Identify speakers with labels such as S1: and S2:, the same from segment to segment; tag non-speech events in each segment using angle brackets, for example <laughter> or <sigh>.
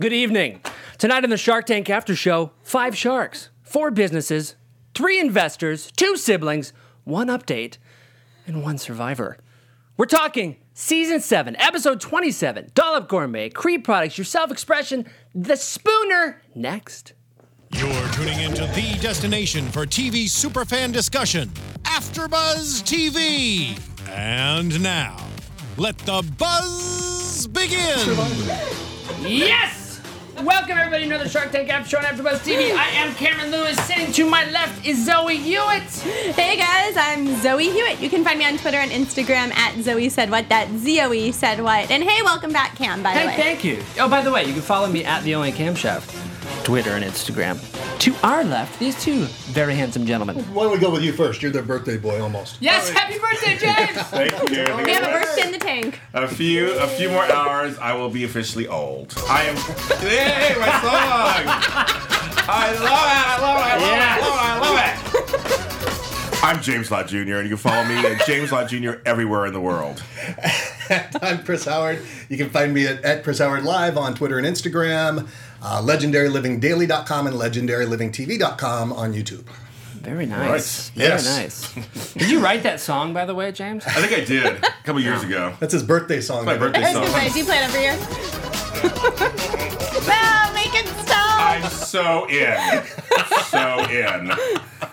S1: Good evening. Tonight on the Shark Tank After Show, five sharks, four businesses, three investors, two siblings, one update, and one survivor. We're talking season seven, episode 27, Dollop Gourmet, Cree Products, Your Self Expression, The Spooner, next.
S2: You're tuning into the destination for TV superfan discussion, AfterBuzz TV. And now, let the buzz begin.
S1: Yes! Welcome everybody to another Shark Tank After Show on AfterBuzz TV. I am Cameron Lewis. Sitting to my left is Zoe Hewitt.
S3: Hey guys, I'm Zoe Hewitt. You can find me on Twitter and Instagram at Zoe Said What. That Zoe E Said What. And hey, welcome back, Cam. By the
S1: Hey,
S3: way,
S1: thank you. Oh, by the way, you can follow me at the only camshaft, Twitter and Instagram. To our left, these two very handsome gentlemen.
S4: Why don't we go with you first? You're their birthday boy almost.
S1: Yes, happy birthday, James!
S5: Thank you.
S3: we have a burst in the tank.
S5: A few, a few more hours, I will be officially old. I am. <laughs> Hey, my song! I love it! I love it! I love it! I love it! I love it! I'm James Lott Jr. and you can follow me at James Lott Jr. everywhere in the world.
S4: <laughs> I'm Chris Howard. You can find me at, at Chris Howard Live on Twitter and Instagram, uh, legendarylivingdaily.com and legendarylivingtv.com on YouTube.
S1: <laughs> Very nice.
S4: Right. Yes.
S1: Very nice. Did you write that song, by the way, James?
S5: I think I did a couple years ago.
S4: That's his birthday song.
S5: My
S4: everybody.
S5: birthday
S3: That's good. Play.
S5: song.
S3: Do you play it every
S1: <laughs>
S3: year? no, make it stop.
S5: I'm so in. So in.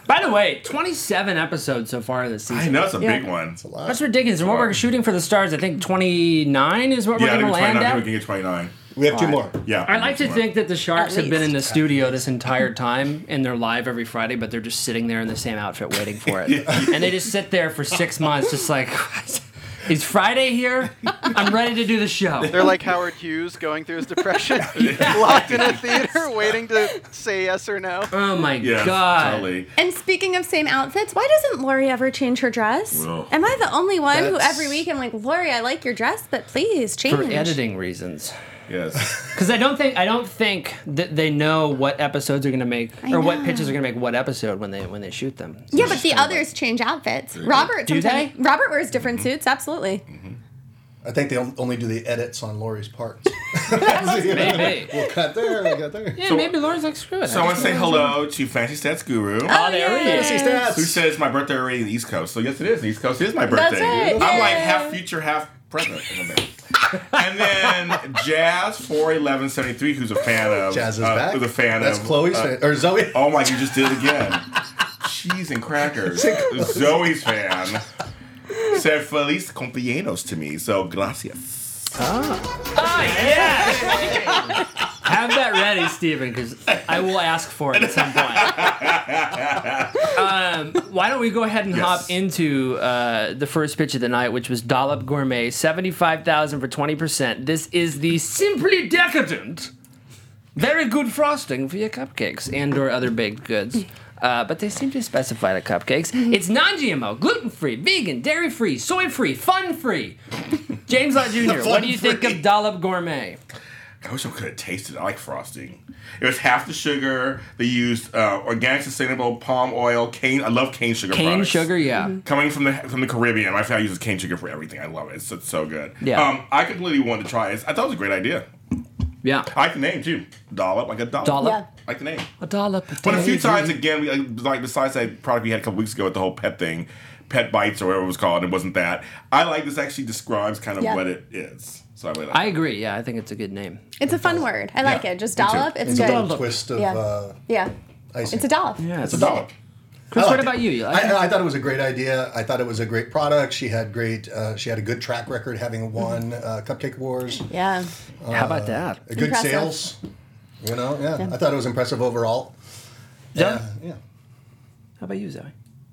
S1: By the way, 27 episodes so far this season.
S5: I know it's a
S1: Yeah.
S5: big one.
S1: That's ridiculous. And what we're shooting for the stars, I think 29 is what
S5: Yeah, I
S1: we're
S5: think
S1: going
S5: it's
S1: to
S5: 29.
S1: land
S5: I think we
S1: at.
S5: can get 29.
S4: We have two more.
S5: Yeah.
S1: I like to think that the Sharks
S3: At
S1: have been in the studio this entire time and they're live every Friday, but they're just sitting there in the same outfit waiting for <laughs> it. and they just sit there for six months, just like, is Friday here? I'm ready to do the show. <laughs>
S6: They're like Howard Hughes going through
S4: <laughs>
S6: his depression, <laughs> locked in a theater, waiting to say yes or no.
S1: Oh my
S5: Yeah,
S1: God.
S5: totally.
S3: And speaking of same outfits, why doesn't Lori ever change her dress?
S5: Well,
S3: Am I the only one who
S4: that's-
S3: every week I'm like, Lori, I like your dress, but please change.
S1: For editing reasons.
S5: Yes.
S1: Because I don't think I don't think that they know what episodes are going to make or what
S3: know.
S1: pitches are going to make what episode when they when they shoot them.
S3: Yeah, but the others change outfits. Robert,
S1: Do they?
S3: sometimes Robert wears different suits. Absolutely.
S4: I think they on- only do the edits on
S3: <laughs>
S4: Lori's parts. <laughs>
S1: Maybe.
S4: we'll cut there, we'll cut there.
S1: Yeah, maybe Laura's like screw it.
S5: So I want to say hello to Fancy Stats Guru.
S1: Oh, there it is.
S4: Fancy stats.
S5: Who says my birthday already in the East Coast? So yes, it is. The East Coast is my birthday.
S3: right.
S5: I'm
S3: Yay.
S5: like half future, half present. <laughs> in a minute. and then Jazz four eleven seventy three, who's a fan of
S4: Jazz is
S5: uh,
S4: back.
S5: Who's a fan
S4: That's
S5: of
S4: Chloe's
S5: uh,
S4: fan, or Zoe.
S5: Oh my! You just did it again. Cheese and crackers. Zoe's fan said Feliz cumpleaños to me. So gracias.
S1: Have that ready, Stephen, because I will ask for it at some point. um, why don't we go ahead and
S5: Yes.
S1: hop into uh, the first pitch of the night, which was Dollop Gourmet, seventy-five thousand for twenty percent. This is the simply decadent, very good frosting for your cupcakes and/or other baked goods. Uh, but they seem to specify the cupcakes.
S3: Mm-hmm.
S1: It's non-GMO, gluten-free, vegan, dairy-free, soy-free,
S3: <laughs>
S1: fun-free. James Lott Jr., what do you think of
S5: Fun-free.
S1: Dollop Gourmet?
S5: I wish I could have tasted. it. I like frosting. It was half the sugar. They used uh, organic, sustainable palm oil, cane. I love cane sugar.
S1: Cane
S5: products.
S1: sugar, yeah.
S3: Mm-hmm.
S5: coming from the from the Caribbean, my family uses cane sugar for everything. I love it. It's, it's so good.
S1: Yeah.
S5: Um, I completely wanted to try it. I thought it was a great idea.
S1: Yeah.
S5: I like the name too. Dollop, like a dollop.
S1: Dollop.
S3: Yeah.
S5: I like the name.
S1: A dollop.
S5: But a few times again, we, like, like besides that product we had a couple weeks ago with the whole pet thing, pet bites or whatever it was called, it wasn't that. I like this actually describes kind of
S3: Yeah.
S5: what it is. So I, really like
S1: I agree. Yeah, I think it's a good name.
S3: It's a fun word. I like it. Just
S5: me too.
S3: dollop. It's
S4: It's a
S3: good.
S4: little twist of
S3: Yeah.
S4: uh,
S3: Yeah.
S4: icing.
S3: It's a dollop.
S1: it's
S5: it. Dollop.
S1: Chris,
S4: I
S1: what
S4: liked
S1: about
S4: it.
S1: you? You like it?
S4: Oh, I, I thought it was a great idea. I thought it was a great product. She had great. Uh, she had a good track record, having won uh, Cupcake Wars.
S3: Mm-hmm. Yeah.
S1: How
S5: Uh,
S1: about that?
S4: A good
S3: Impressive.
S4: sales. You know, yeah. I thought it was impressive overall.
S1: Zoe?
S4: Uh, yeah.
S1: How about you, Zoe?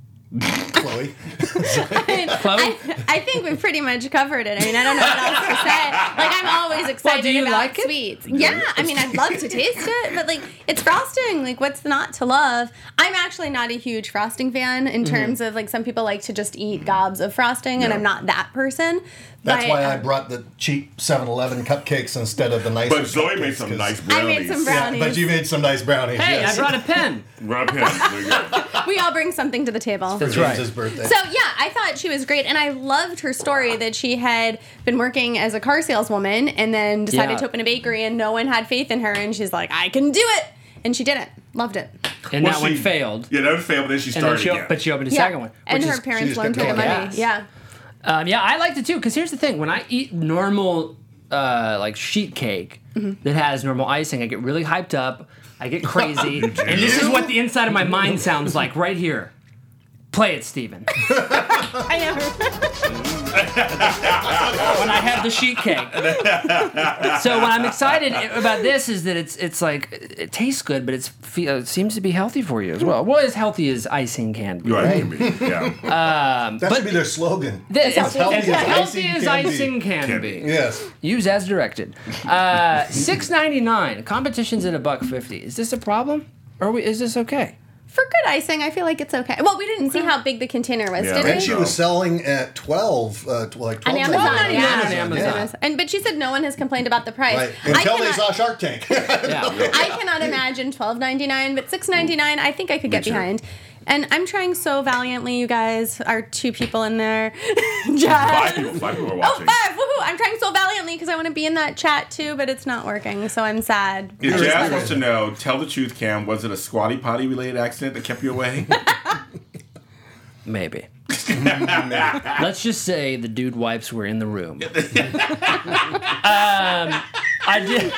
S3: <laughs>
S4: Chloe.
S1: Chloe?
S3: <laughs> I, I think we pretty much covered it. I mean, I don't know what else to say. Like, I'm always excited
S1: you
S3: about
S1: like it?
S3: sweets. Yeah, I mean, I'd love to taste it, but like, it's frosting. Like, what's not to love? I'm actually not a huge frosting fan in
S4: Mm-hmm.
S3: terms of like some people like to just eat gobs of frosting, and I'm not that person.
S4: That's
S3: but,
S4: why I
S3: um,
S4: brought the cheap 7-Eleven cupcakes instead of the nice.
S5: But Zoe made some nice
S3: I
S5: brownies.
S3: made some
S4: Yeah,
S3: brownies.
S4: but you made some nice brownies.
S1: Hey,
S4: yes.
S1: I brought a pen.
S3: <laughs>
S5: Rub him. There you go.
S3: we all bring something to the table.
S1: That's
S4: for
S1: right.
S4: James's birthday.
S3: So yeah, I thought she was great, and I loved her story that she had been working as a car saleswoman and then decided
S1: Yeah.
S3: to open a bakery, and no one had faith in her, and she's like, "I can do it," and she did it. Loved it.
S1: and
S5: Well,
S1: that one
S5: she-
S1: failed.
S5: Yeah, that one failed, but then she
S1: And then
S5: started
S1: she,
S5: again.
S1: but she opened a
S3: Yeah.
S1: second one,
S3: and
S1: which
S3: her
S1: is
S4: she
S3: parents
S4: just
S3: loaned
S4: kept
S3: her
S4: going.
S3: money.
S1: Yes.
S3: Yeah.
S1: Um, yeah, I liked it too because here's the thing: when I eat normal, uh, like sheet cake that has normal icing, I get really hyped up. I get
S5: <laughs>
S1: crazy, and this is what the inside of my mind sounds like right here. Play it, Steven.
S3: I know. <laughs>
S1: when I have the sheet cake. so what I'm excited about this is that it's it's like it tastes good, but it's fe- uh, it seems to be healthy for you as well. Well, as healthy as icing can be.
S5: Right, I mean, yeah.
S4: that should be their slogan.
S1: This, as
S4: healthy
S1: healthy
S4: as
S1: as,
S4: icing can be.
S1: icing can,
S5: Can
S1: be.
S5: be.
S4: Yes.
S1: Use as directed. Uh, <laughs> Six ninety nine. Competition's at a buck fifty. Is this a problem? Or we, is this okay?
S3: For good icing, I feel like it's okay. Well, we didn't see how big the container was,
S5: Yeah,
S3: did
S5: right.
S3: we?
S4: And she was selling at 12, uh, tw- like 12
S3: On Amazon,
S1: $12.99
S3: yeah.
S1: on Amazon.
S3: And but she said no one has complained about the price.
S4: Right.
S3: I
S4: Until they
S3: cannot-
S4: saw Shark Tank. <laughs>
S1: Yeah.
S3: I cannot imagine twelve ninety nine, but six ninety nine, I think I could get
S5: too.
S3: behind. And I'm trying so valiantly, you guys. Our two people in there, <laughs>
S5: Five
S3: Jess.
S5: people, five people are
S3: Oh,
S5: watching.
S3: five! Woohoo! I'm trying so valiantly because I want to be in that chat too, but it's not working, so I'm sad.
S5: Yeah,
S4: Here's
S5: Jazz
S4: the-
S5: wants to know, tell the truth, Cam, was it a squatty potty related accident that kept you away?
S1: Maybe. <laughs> Let's just say the dude wipes were in the
S5: <laughs>
S1: room. um, I did.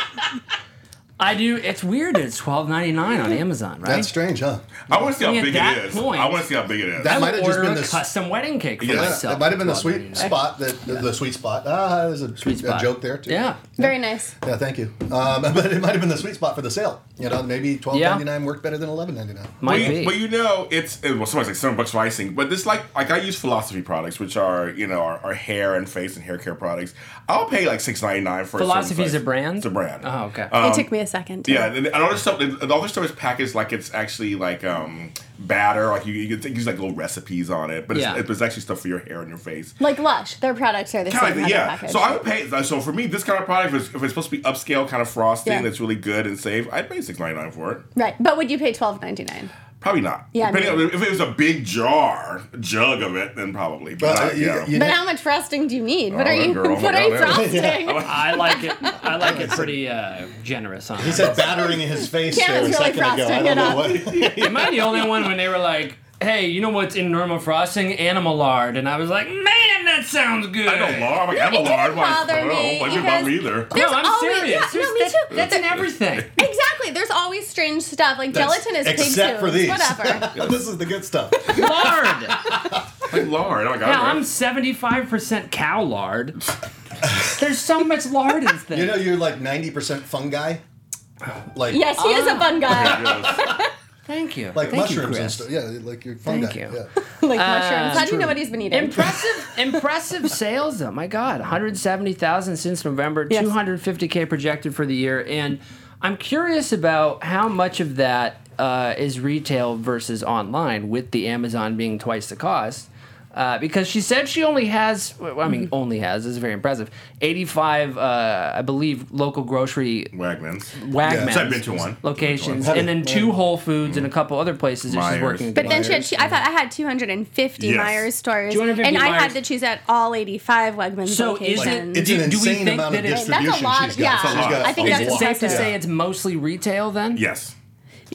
S1: I do. It's weird. that It's twelve ninety nine on Amazon, right?
S4: That's strange, huh?
S5: I want to see how
S1: mean, at
S5: big it
S1: that
S5: is.
S1: point-
S5: I want to see how big it is.
S1: I
S4: That
S1: would
S4: might have just
S1: order
S4: been
S1: a
S4: the s-
S1: custom wedding cake for
S5: Yeah, that
S1: myself.
S4: It might have been the
S1: for
S4: sweet
S1: $12.99.
S4: spot, that, the sweet spot. Ah, there's a,
S1: Sweet
S4: a
S1: spot.
S4: joke there, too.
S1: Yeah.
S3: Very nice.
S4: Yeah, thank you. Um, <laughs> but it might have been the sweet spot for the sale. You know, maybe twelve ninety nine worked better than eleven ninety nine.
S1: Might
S5: but,
S1: be.
S5: You, but you know, it's it, well, somebody's like seven bucks for icing, but this like like I use philosophy products, which are you know our, our hair and face and hair care products. I'll pay like six ninety nine for.
S1: Philosophy
S5: certain
S1: is a
S5: place.
S1: brand?
S5: It's a brand.
S1: oh, okay.
S5: Uh.
S3: it took me a second. to-
S5: Um, Yeah, and, and all this stuff, and all this stuff is packaged like it's actually like um batter, like you, you can take- use like little recipes on it, but
S1: Yeah.
S5: it's, it's actually stuff for your hair and your face.
S3: Like Lush, their products are the
S5: Kind
S3: same.
S5: of,
S3: how they're
S5: yeah.
S3: packaged.
S5: So I would pay. So for me, this kind of product, if it's, if it's supposed to be upscale kind of frosting
S3: Yeah.
S5: that's really good and safe, I'd pay six ninety nine for it.
S3: right, but would you pay twelve ninety nine?
S5: Probably not.
S3: Yeah,
S5: Depending
S3: no.
S5: on, if it was a big jar, jug of it, then probably. But
S4: Well,
S5: I,
S4: uh, you-
S5: you know.
S4: you-
S3: But how much frosting do you need? What
S5: Oh,
S3: are you?
S5: girl, oh
S3: <laughs>
S5: my
S3: what are you
S5: God, <laughs>
S3: frosting?
S1: I like it. I
S4: <laughs>
S1: like it pretty uh, generous. On
S4: He said battering
S1: <laughs>
S4: in his face
S3: Yeah,
S4: there a
S3: it's really
S4: second ago. I
S3: frosting
S4: don't
S3: it
S4: know
S3: up.
S4: what. <laughs>
S1: Am I the only one when they were like, "Hey, you know what's in normal frosting? Animalard," and I was like, "Man, that sounds good."
S5: I don't lar- I'm like, I'm a
S3: It didn't
S5: alarm. Like,
S3: bother
S5: I don't
S3: me,
S5: like it about me
S3: because-
S5: either.
S1: No,
S3: There's
S1: I'm
S3: always-
S1: serious.
S3: yeah, no,
S1: There's-
S3: me
S1: that-
S3: too.
S1: That's in
S4: <laughs>
S1: everything.
S3: Exactly. There's always strange stuff. Like
S4: That's-
S3: gelatin is pig
S4: except for
S3: tubes,
S4: these.
S5: <laughs>
S3: Whatever.
S4: <laughs> this is the good stuff.
S1: lard.
S5: Like lard. I'm like,
S1: Now
S5: I'm
S1: I'm 75% cow lard. There's so much lard in things.
S4: <laughs> You know, you're like ninety percent fungi. Like
S3: yes, he is a fun guy.
S1: Thank you.
S4: like
S1: Thank you,
S4: mushrooms and
S1: Chris.
S4: stuff. Yeah, like your fungi.
S1: Thank you.
S4: Yeah.
S3: <laughs> like mushrooms. How do you know what he's been eating?
S1: Impressive, impressive sales though. My God, 170,000 since November,
S3: Yes.
S1: 250k projected for the year, and I'm curious about how much of that uh, is retail versus online, with the Amazon being twice the cost. Uh, because she said she only has, well, I
S3: Mm-hmm.
S1: mean, only has. This is very impressive. 85, uh, I believe, local grocery
S5: Wagman's.
S1: Wagmans
S5: So I've been to one.
S1: locations,
S4: I've been
S1: and
S4: to
S1: then
S4: one.
S1: two Whole Foods and a couple other places that she's
S5: Myers.
S1: working.
S3: But then she had, she, I thought I had 250
S5: Yes.
S3: Myers stores,
S1: 250
S3: and I
S1: Myers.
S3: had that she's at all 85 Wegmans
S1: So is it-
S3: locations.
S4: It's
S1: Do-
S4: an
S1: do we
S4: insane
S1: think
S4: amount of
S1: that it- That's a
S4: distribution
S3: lot,
S4: she's got.
S3: yeah.
S4: She's got
S5: I
S3: think
S4: a
S3: that's
S1: is it
S4: lot.
S1: safe to
S3: Yeah.
S1: say it's mostly retail then?
S5: Yes.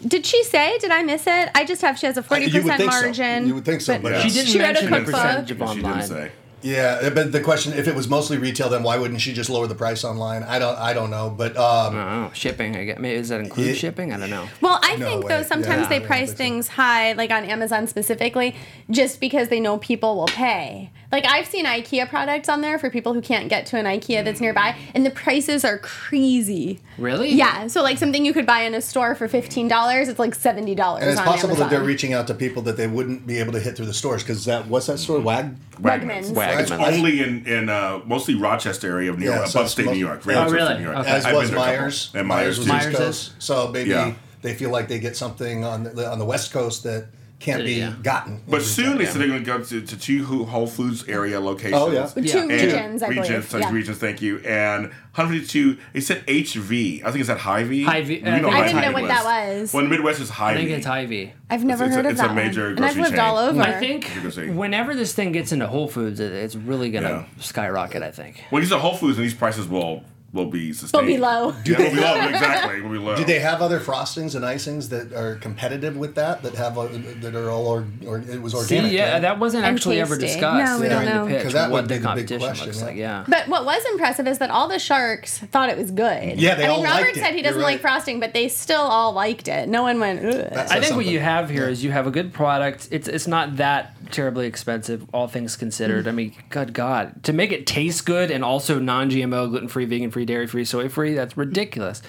S3: Did she say? Did I miss it? I just have she has a 40
S4: Uh, You would
S3: percent
S4: think so.
S3: margin.
S4: You would think so, but
S1: She
S4: it's-
S1: didn't
S3: She wrote a
S1: mention the
S3: cookbook.
S1: percentage of
S5: But She didn't
S1: online.
S5: say.
S4: Yeah, uh, but the question: if it was mostly retail, then why wouldn't she just lower the price online? I don't, I don't know. But um,
S1: Oh, shipping. I guess. Maybe, does that include
S4: Yeah.
S1: shipping? I don't know.
S3: Well, I
S4: No
S3: think
S4: way.
S3: though sometimes
S4: Yeah, I
S3: they
S4: don't
S3: price
S4: think so.
S3: things high, like on Amazon specifically, just because they know people will pay. Like I've seen IKEA products on there for people who can't get to an IKEA that's nearby, and the prices are crazy.
S1: Really?
S3: Yeah. So like something you could buy in a store for fifteen dollars, it's like seventy dollars.
S4: and it's
S3: on
S4: possible
S3: Amazon.
S4: that they're reaching out to people that they wouldn't be able to hit through the stores because that what's that store? Wag.
S3: Wegmans.
S5: It's only in, in uh, mostly Rochester area of New
S4: Yeah,
S5: York,
S4: so
S5: above
S4: it's
S5: state
S4: mo-
S5: New York.
S4: Oh,
S5: upstate
S1: really?
S5: New York.
S1: Okay.
S4: as
S5: I've
S4: was
S5: been to a couple.
S4: Myers.
S5: And Myers,
S4: was
S5: too.
S4: East
S1: Myers
S4: Coast. So maybe
S5: Yeah.
S4: they feel like they get something on the, on the West Coast that can't be
S1: Yeah.
S4: gotten.
S5: But soon they said they're going to go to, to two Who- Whole Foods area locations.
S4: Oh, yeah.
S1: Yeah.
S3: Two
S1: And
S3: regions, I believe.
S5: regions, sorry,
S3: yeah.
S5: regions, thank you. And 152, it said HV. I think it's at Hy-Vee.
S1: Hy-Vee, uh, I
S5: You
S1: think
S3: I
S5: what
S3: didn't know
S5: Hy-Vee
S3: what that was.
S5: Well, the Midwest is
S1: I
S5: Hy-Vee.
S1: think it's Ivy.
S3: I've never
S5: it's a-
S3: heard of
S5: it's a
S3: that
S5: major
S3: one. And I've
S5: grocery
S3: lived
S5: chain.
S3: all over.
S1: I think
S5: You can see.
S1: whenever this thing gets into Whole Foods, it, it's really gonna
S5: Yeah.
S1: skyrocket. I think.
S5: When you get to Whole Foods, and these prices will will be sustained.
S3: be low.
S5: Yeah, will be low. Exactly, will be low.
S4: Do they have other frostings and icings that are competitive with that? That have uh, that are all or, or it was
S1: See,
S4: organic.
S1: yeah,
S4: right?
S1: that wasn't
S3: And
S1: actually ever
S3: tasty.
S1: discussed
S3: No, we
S1: during
S3: don't
S1: the
S3: know.
S1: pitch.
S4: 'Cause that
S1: what
S4: would
S1: the
S4: be the big
S1: competition
S4: question,
S1: looks
S4: yeah.
S1: like. Yeah.
S3: But what was impressive is that all the sharks thought it was good.
S4: Yeah, they
S3: I mean,
S4: all
S3: Robert
S4: liked it.
S3: said he
S4: You're
S3: doesn't
S4: right.
S3: like frosting, but they still all liked it. No one went. Ugh.
S4: That
S1: I
S4: says
S1: think what you
S4: something.
S1: have here is you have a good product. It's it's not that terribly expensive, all things considered.
S3: Mm-hmm.
S1: I mean, good God, to make it taste good and also non-GMO, gluten-free, vegan-free, dairy-free, soy-free,
S3: Mm-hmm.
S1: that's ridiculous.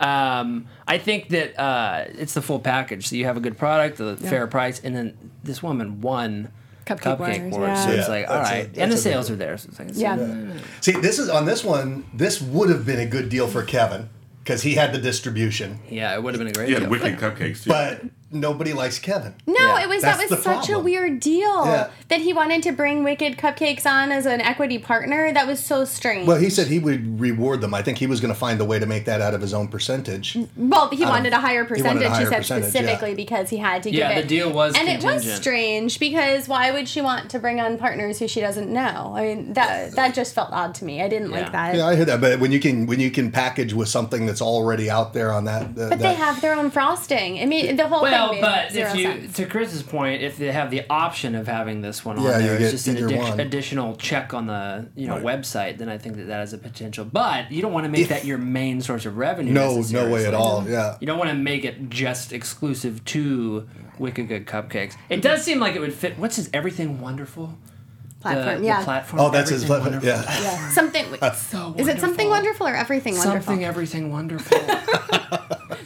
S1: Um, I think that uh, it's the full package. So you have a good product, a fair price, and then this woman won
S3: Cupcake
S1: cupcake
S3: Wars,
S1: wars. So
S3: yeah.
S1: it's
S4: Yeah,
S1: like, all
S4: that's a-
S1: right,
S4: that's
S1: and the
S4: a big
S1: sales
S4: deal.
S1: are there. So it's like, it's-
S3: Yeah.
S4: See, this is on this one. This would have been a good deal for Kevin because he had the distribution,
S1: yeah, it would have been a great
S5: Yeah,
S1: deal.
S5: wicked cupcakes too.
S4: but nobody likes Kevin.
S3: No,
S1: Yeah.
S3: it was
S4: That's
S3: that
S4: the
S3: was such a
S4: problem.
S3: weird deal
S4: Yeah.
S3: that he wanted to bring Wicked Cupcakes on as an equity partner. That was so strange.
S4: Well, he said he would reward them. I think he was going to find a way to make that out of his own percentage.
S3: Well, he wanted a higher
S4: he wanted
S3: percentage.
S4: a
S3: He,
S4: higher
S3: said
S4: percentage,
S3: specifically
S4: yeah.
S3: because he had to
S1: Yeah,
S3: give
S1: the
S3: it.
S1: deal was
S3: and it was
S1: contingent.
S3: strange because why would she want to bring on partners who she doesn't know? I mean, that that just felt odd to me. I didn't
S1: Yeah.
S3: like that.
S4: Yeah, I hear that. But when you can when you can package with something that's already out there on that, uh,
S3: But they have their own frosting. I mean, the whole
S1: Well,
S3: thing. made
S1: but
S3: zero
S1: if you,
S3: sense.
S1: to Chris's point, if they have the option of having this one on
S4: Yeah, you
S1: there,
S4: get
S1: it's just an
S4: either
S1: addic-
S4: one.
S1: additional check on the you know
S5: Right.
S1: website. Then I think that that has a potential. But you don't want to make
S4: If-
S1: that your main source of revenue.
S4: no no
S1: necessarily.
S4: way at all. Yeah,
S1: You don't want to make it just exclusive to Wicked Good Cupcakes. It does seem like it would fit. What's his Everything Wonderful? The-
S3: platform,
S1: the
S3: yeah.
S1: platform.
S4: Oh, that's his.
S1: Everything
S4: letter.
S1: Wonderful.
S4: Yeah.
S3: yeah, something.
S1: So
S3: is it
S1: wonderful.
S3: something wonderful or everything wonderful?
S1: Something everything
S4: <laughs>
S1: wonderful.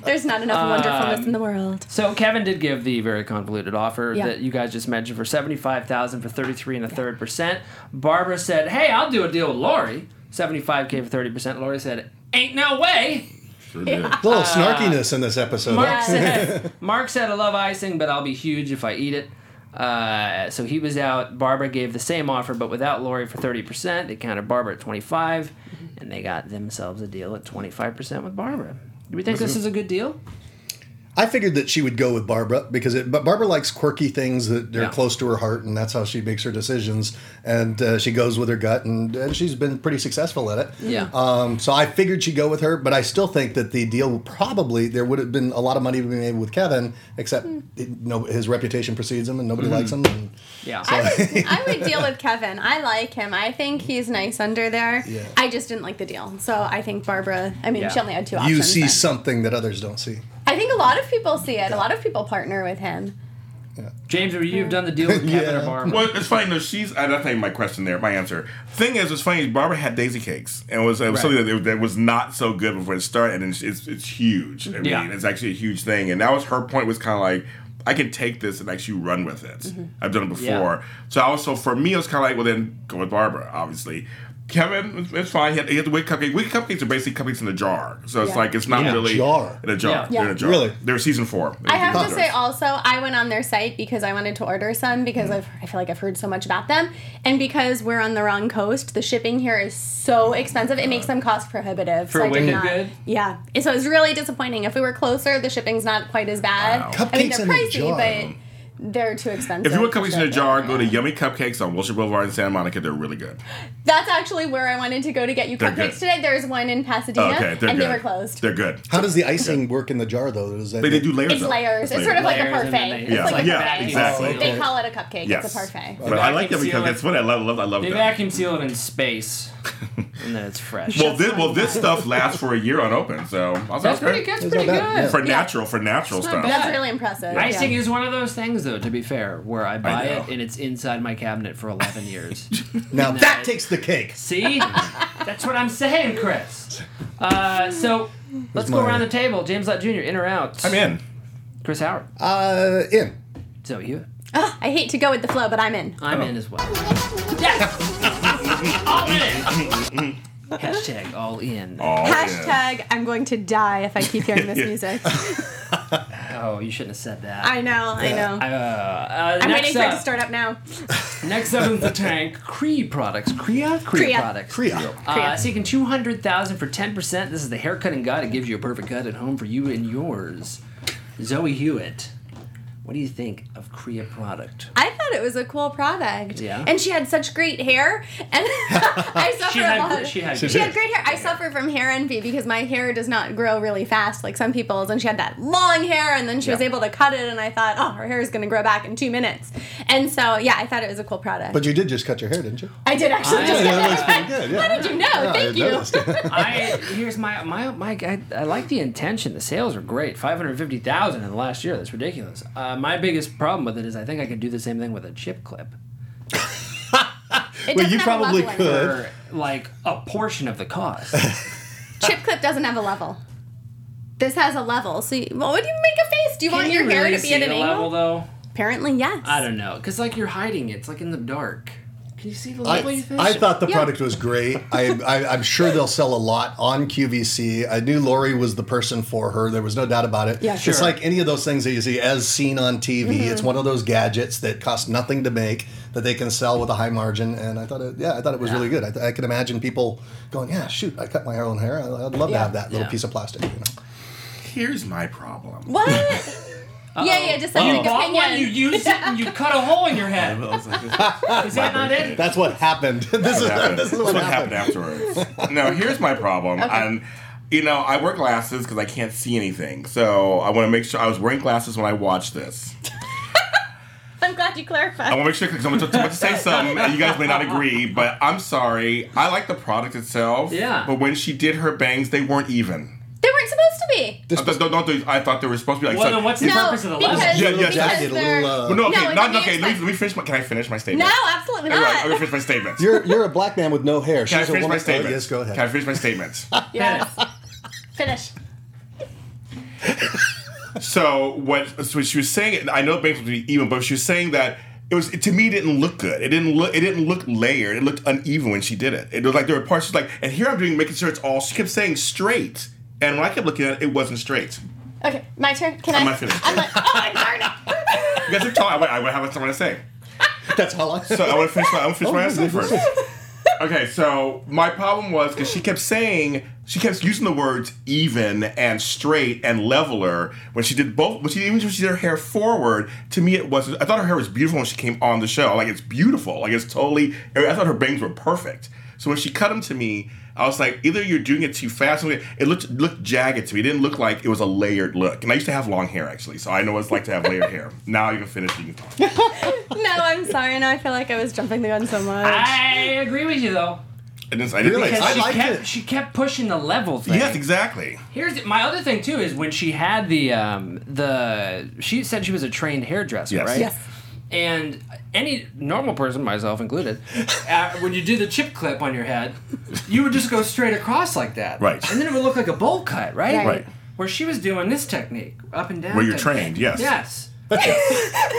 S3: There's not enough
S1: uh,
S3: wonderfulness in the
S4: <laughs>
S3: world.
S1: So Kevin did give the very convoluted offer
S3: Yeah.
S1: that you guys just mentioned for seventy five thousand for thirty three and a third percent. Barbara said, "Hey, I'll do a deal with Lori, seventy five k for thirty percent." Lori said, "Ain't no way."
S5: Sure did.
S4: A little snarkiness in this episode.
S1: Mark
S3: <laughs> Yeah.
S1: said, "Mark said I love icing, but I'll be huge if I eat it." Uh, so he was out. Barbara gave the same offer, but without Lori for thirty percent. They counted Barbara at twenty five,
S3: Mm-hmm.
S1: and they got themselves a deal at twenty five percent with Barbara. Do we think this is a good deal?
S4: I figured that she would go with Barbara because it, but Barbara likes quirky things that are
S1: Yeah.
S4: close to her heart, and that's how she makes her decisions. And uh, she goes with her gut, and, and she's been pretty successful at it.
S1: Yeah.
S4: Um, so I figured she'd go with her, but I still think that the deal probably there would have been a lot of money to be made with Kevin, except
S1: Hmm.
S4: it, no, his reputation precedes him, and nobody likes him. And
S1: Yeah.
S3: I would, I would deal with Kevin. I like him. I think he's nice under there.
S4: Yeah.
S3: I just didn't like the deal. So I think Barbara, I mean,
S1: Yeah.
S3: she only had two options.
S4: you see
S3: but-
S4: something that others don't see.
S3: I think a lot of people see it. A lot of people partner with him.
S1: James, or you've done the deal with Kevin
S4: Yeah.
S1: or Barbara?
S5: Well, it's funny though. She's I, that's not even my question there. My answer. Thing is, it's funny. is Barbara had daisy cakes, and it was, it was
S1: Right.
S5: something that, that was not so good before it started, and it's it's, it's huge. I mean,
S1: Yeah.
S5: it's actually a huge thing, and that was her point. Was kind of like. I can take this and actually run with it. I've done it before.
S1: Yeah.
S5: So also for me, it was kind of like, well, then go with Barbara, obviously. Kevin, it's- it's fine. He had, he had the wicked cupcake. Wicked cupcakes are basically cupcakes in a jar, so it's
S3: Yeah.
S5: like it's not
S4: In a
S5: really
S4: jar.
S5: In a jar.
S1: Yeah.
S5: They're in a jar.
S4: Really?
S5: They're season four.
S3: I have to say also, I went on their site because I wanted to order some
S5: Mm-hmm.
S3: because I've, I feel like I've heard so much about them. And because we're on the wrong coast, the shipping here is so expensive. It makes them cost prohibitive.
S1: For
S3: so I did
S1: wicked
S3: not,
S1: good?
S3: Yeah. And so it's really disappointing. If we were closer, the shipping's not quite as bad.
S5: Wow.
S3: I mean, they're
S4: Cupcakes in a
S3: pricey,
S4: jar.
S3: but they're too expensive.
S5: If you want
S3: to
S5: cupcakes in a
S3: ship.
S5: jar, go to Yummy Cupcakes on Wilshire Boulevard in Santa Monica. They're really good.
S3: That's actually where I wanted to go to get you
S5: They're
S3: cupcakes
S5: good.
S3: today. There's one in Pasadena,
S5: okay, they're
S3: and
S5: good.
S3: they were closed.
S5: They're good.
S4: How does the icing work in the jar though? Does that
S5: They, they do layers.
S3: it's
S5: though.
S3: layers. It's sort of like a
S1: Layers and then
S3: parfait.
S1: they-
S5: Yeah.
S3: It's like a
S5: Yeah,
S3: parfait.
S5: exactly.
S1: Oh, okay.
S3: They call it a cupcake.
S5: Yes.
S3: It's a parfait.
S5: But I like
S1: Vacuum
S5: Yummy
S1: seal
S5: Cupcakes.
S1: it.
S5: It's what I love. Love. I love
S1: They
S5: that.
S1: vacuum seal it in space, and then it's fresh.
S5: Well, this well this stuff lasts for a year unopened, so I was
S1: that's
S5: like,
S1: pretty.
S5: okay.
S1: That's
S4: It's
S1: pretty
S4: not
S1: good.
S4: bad, yeah.
S5: for natural for natural
S1: It's
S5: stuff.
S1: not
S3: That's
S1: Yeah.
S3: really impressive.
S1: Icing
S3: yeah.
S1: is one of those things, though. To be fair, where I buy
S5: know.
S1: it and it's inside my cabinet for eleven years.
S4: now that takes the cake.
S1: See, that's what I'm saying, Chris. Uh, so let's go
S4: mine?
S1: around the table. James Lott Jr. In or out?
S5: I'm in.
S1: Chris Howard.
S4: Uh, in.
S1: So you?
S3: Ugh, I hate to go with the flow, but I'm in.
S1: I'm in as well. Yes. all in. Hashtag all in.
S5: Oh, yeah.
S1: <laughs>
S3: Hashtag I'm going to die if I keep hearing this music.
S1: Oh, you shouldn't have said that.
S3: I know, I know.
S1: Uh,
S3: I'm
S1: next,
S3: waiting for it to
S1: up,
S3: start up now.
S1: next up in the tank, Cree products. Cree? uh, Cree,
S3: Crea.
S1: products.
S4: Priya.
S1: Uh, seeking 200000 for 10%. This is the haircutting guy that gives you a perfect cut at home for you and yours. Zoe Hewitt. What do you think of Cree product?
S3: I thought it was a cool product.
S1: Yeah.
S3: And she had such great hair. And <laughs> I
S1: <laughs>
S3: suffer
S1: She
S3: a lot.
S1: had, she had,
S3: She had great hair. I suffer from hair envy because my hair does not grow really fast like some people's, and she had that long hair, and then she was
S1: Yeah.
S3: able to cut it, and I thought, oh, her hair is going to grow back in two minutes. And so, yeah, I thought it was a cool product.
S4: But you did just cut your hair, didn't you?
S3: I did actually just
S4: yeah,
S3: get
S4: that
S3: that. <laughs>
S4: looks pretty good. Yeah.
S3: How did you know?
S5: <laughs>
S4: Yeah, I
S3: Thank you. <laughs>
S4: noticed.
S1: I here's my my my. I, I like the intention. The sales are great. Five hundred fifty thousand in the last year. That's ridiculous. Uh, my biggest problem with it is I think I could do the same thing with a chip clip
S3: It
S4: Well,
S3: doesn't
S4: you
S3: have a
S4: probably
S3: level
S4: could.
S3: anymore.
S1: for like a portion of the <laughs> cost.
S3: Chip clip doesn't have a level. This has a level. So, you, well, would you make a face? Do you want
S1: Can
S3: your
S1: you
S3: hair
S1: really
S3: to be
S1: see
S3: at an
S1: the
S3: angle?
S1: level though?
S3: Apparently, yes.
S1: I don't know, cause like you're hiding it. It's like in the dark. Can you see the level?
S4: I,
S1: you think?
S4: I thought the
S3: Yeah.
S4: product was great. I, I, I'm sure they'll sell a lot on QVC. I knew Lori was the person for her. There was no doubt about it.
S3: Yeah, Mm-hmm.
S4: It's
S1: sure.
S4: like any of those things that you see as seen on TV. It's one of those gadgets that cost nothing to make that they can sell with a high margin. And I thought, it, yeah, I thought it was
S1: Yeah.
S4: really good. I, I can imagine people going, yeah, shoot, I cut my own hair. I- I'd love to
S3: Yeah.
S4: have that little
S1: Yeah.
S4: piece of plastic. You know?
S5: Here's my problem.
S3: <laughs> What? Yeah, yeah, just a
S1: You
S3: second
S1: bought Oh, one, you
S3: opinion.
S1: used it, and you cut a hole in your head.
S4: <laughs>
S5: Well, it's like <laughs> this-
S1: Is that not it?
S4: That's what happened. <laughs> this, is,
S5: happened.
S4: this is what happened.
S5: afterwards. no, here's my problem. And you know, I wear glasses because I can't see anything. So I want to make sure I was wearing glasses when I watched this.
S3: I'm glad you clarified.
S5: I want to make sure because I'm about to, about to say something. and You guys may not agree, but I'm sorry. I like the product itself.
S1: Yeah.
S5: But when she did her bangs, they weren't even.
S3: They weren't supposed to be.
S5: I thought, don't, don't they- I thought they were supposed to be like.
S1: Well,
S5: so-
S1: then what's the
S3: No,
S1: purpose of the
S3: because-
S1: level?
S5: Yeah, yeah,
S4: Little
S5: because
S4: jagged,
S3: they're-
S4: little. Uh,
S5: Well, no, okay,
S3: No, it
S5: not,
S3: would be
S5: okay. Let
S3: expen-
S5: me, let me finish my. Can I finish my statement?
S3: No, absolutely
S5: All right,
S3: not.
S5: I'm gonna finish my statement.
S4: You're, you're a black man with no hair.
S5: Can I
S4: She's a
S5: finish
S4: woman.
S5: my
S4: oh,
S5: statement?
S4: yes, go ahead.
S5: Can I finish my statement?
S4: <laughs>
S3: Yes. Finish.
S5: So what, so she was saying, I know bangs would be even, but she was saying that it was to me it didn't look good. It didn't look it didn't look layered. It looked uneven when she did it. It was like there were parts she's like, and here I'm doing making sure it's all. She kept saying straight, and when I kept looking at it, it wasn't straight.
S3: Okay, my turn. Can
S5: I'm
S3: I?
S5: not finished.
S3: I'm like, oh, I'm sorry. <laughs>
S5: You guys are talking. I would, I would have something to say.
S4: That's how
S5: <laughs>
S4: I.
S5: So I want to finish my, I want to finish my
S4: Oh,
S5: essay
S4: goodness.
S5: first. Okay, so my problem was because she kept saying she kept using the words even and straight and leveler when she did both. When she even when she did her hair forward, to me it wasn't. I thought her hair was beautiful when she came on the show. Like it's beautiful. Like it's totally. I thought her bangs were perfect. So when she cut them to me, I was like, either you're doing it too fast. It looked looked jagged to me. It didn't look like it was a layered look. And I used to have long hair actually, so I know what it's like to have layered hair. Now you can finish. You can talk.
S3: no, I'm sorry. Now I feel like I was jumping the gun so much.
S1: I agree with you though.
S5: And it's- I didn't
S4: Really?
S5: I
S1: Because
S5: didn't-
S1: she
S4: liked
S1: kept
S4: it.
S1: she kept pushing the level thing.
S5: Yes, exactly.
S1: Here's my other thing too is when she had the um the she said she was a trained hairdresser,
S5: Yes.
S1: right?
S3: Yes.
S1: And any normal person, myself included, uh, when you do the chip clip on your head, you would just go straight across like that,
S5: Right.
S1: And then it would look like a bowl cut, right?
S3: Right.
S5: Right.
S1: Where she was doing this technique, up and down.
S5: Where you're
S1: technique.
S5: trained, yes.
S1: Yes.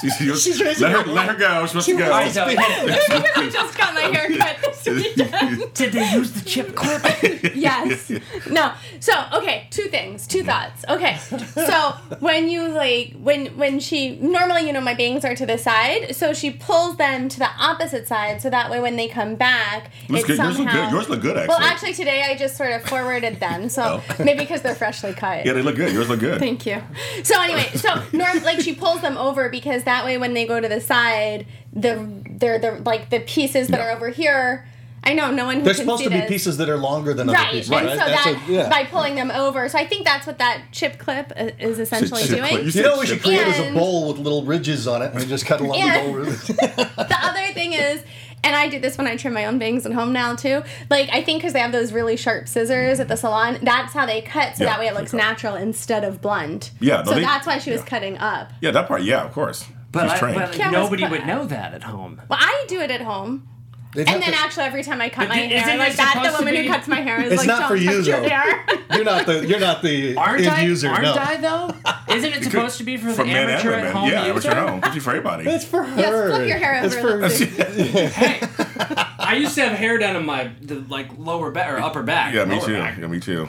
S5: She's, she's
S4: raising
S5: let her,
S4: her
S5: let her go. She wants to go.
S1: All right, so hit it.
S3: <laughs> I just got my hair
S5: <laughs>
S3: cut. So we done.
S1: <laughs> Did they use the chip clip?
S3: <laughs> yes. No. So okay, two things, two thoughts. Okay. So when you like when when she normally you know my bangs are to the side, so she pulls them to the opposite side, so that way when they come back,
S5: Looks
S3: it
S5: good. Yours look
S3: somehow.
S5: good. Yours look good,
S3: Well,
S5: actually. Oh.
S3: actually today I just sort of forwarded them, so <laughs> maybe because they're freshly cut.
S5: <laughs> yeah, they look good. Yours look good.
S3: Thank you. So anyway, so norm like she pulls them over because that way when they go to the side, the they're the like the pieces that
S5: Yeah.
S3: are over here. I know no one who
S4: There's
S3: can
S4: supposed
S3: see
S4: to be
S3: this.
S4: pieces that are longer than other
S3: Right,
S4: pieces.
S3: and
S4: right?
S3: so
S4: That's
S3: that
S4: a- yeah.
S3: by pulling them over, so I think that's what that chip clip uh, is
S5: Shit,
S3: essentially
S5: shit,
S3: doing.
S5: shit.
S4: You know what we should
S5: shit.
S4: create is a
S3: And-
S4: bowl with little ridges on it and just cut along
S3: Yeah.
S4: the bowl
S3: <laughs>
S4: ridge.
S3: the other thing is and I do this when I trim my own bangs at home now too. Like I think because they have those really sharp scissors at the salon, that's how they cut, so
S5: Yeah,
S3: that way it
S5: they
S3: looks
S5: cut.
S3: natural instead of blunt.
S5: Yeah, no,
S3: so
S5: they-
S3: that's why she was
S5: yeah.
S3: cutting up.
S5: Yeah, that part. Yeah, of course.
S1: But,
S5: she's
S1: I,
S5: trained.
S1: but
S3: Cameras
S1: nobody
S3: put-
S1: would know that at home.
S3: Well, I do it at home.
S4: <laughs> They'd have
S3: And then
S4: to-
S3: actually, every time I cut
S1: But
S3: my
S1: isn't
S3: hair,
S1: it
S3: like that,
S1: supposed
S3: the
S1: to
S3: woman
S1: be-
S3: who cuts my hair is
S4: It's
S3: like,
S4: not
S3: "Don't
S4: for you,
S3: touch your
S4: though.
S3: hair." <laughs>
S4: you're not the you're not the
S1: Aren't
S4: end
S1: I?
S4: user.
S1: aren't
S4: no,
S1: I though? Isn't it supposed to be for the
S5: for men and
S1: amateur
S5: women.
S1: at home
S5: yeah,
S1: user?
S5: <laughs> amateur at home. It's for everybody.
S4: it's for her.
S3: Yes, flip your hair
S4: It's
S3: over.
S4: for
S3: Lindsay.
S1: Hey, I I used to have hair down in my the, like lower back or upper back.
S5: Yeah, me
S1: lower
S5: too.
S1: back.
S5: Yeah, me too.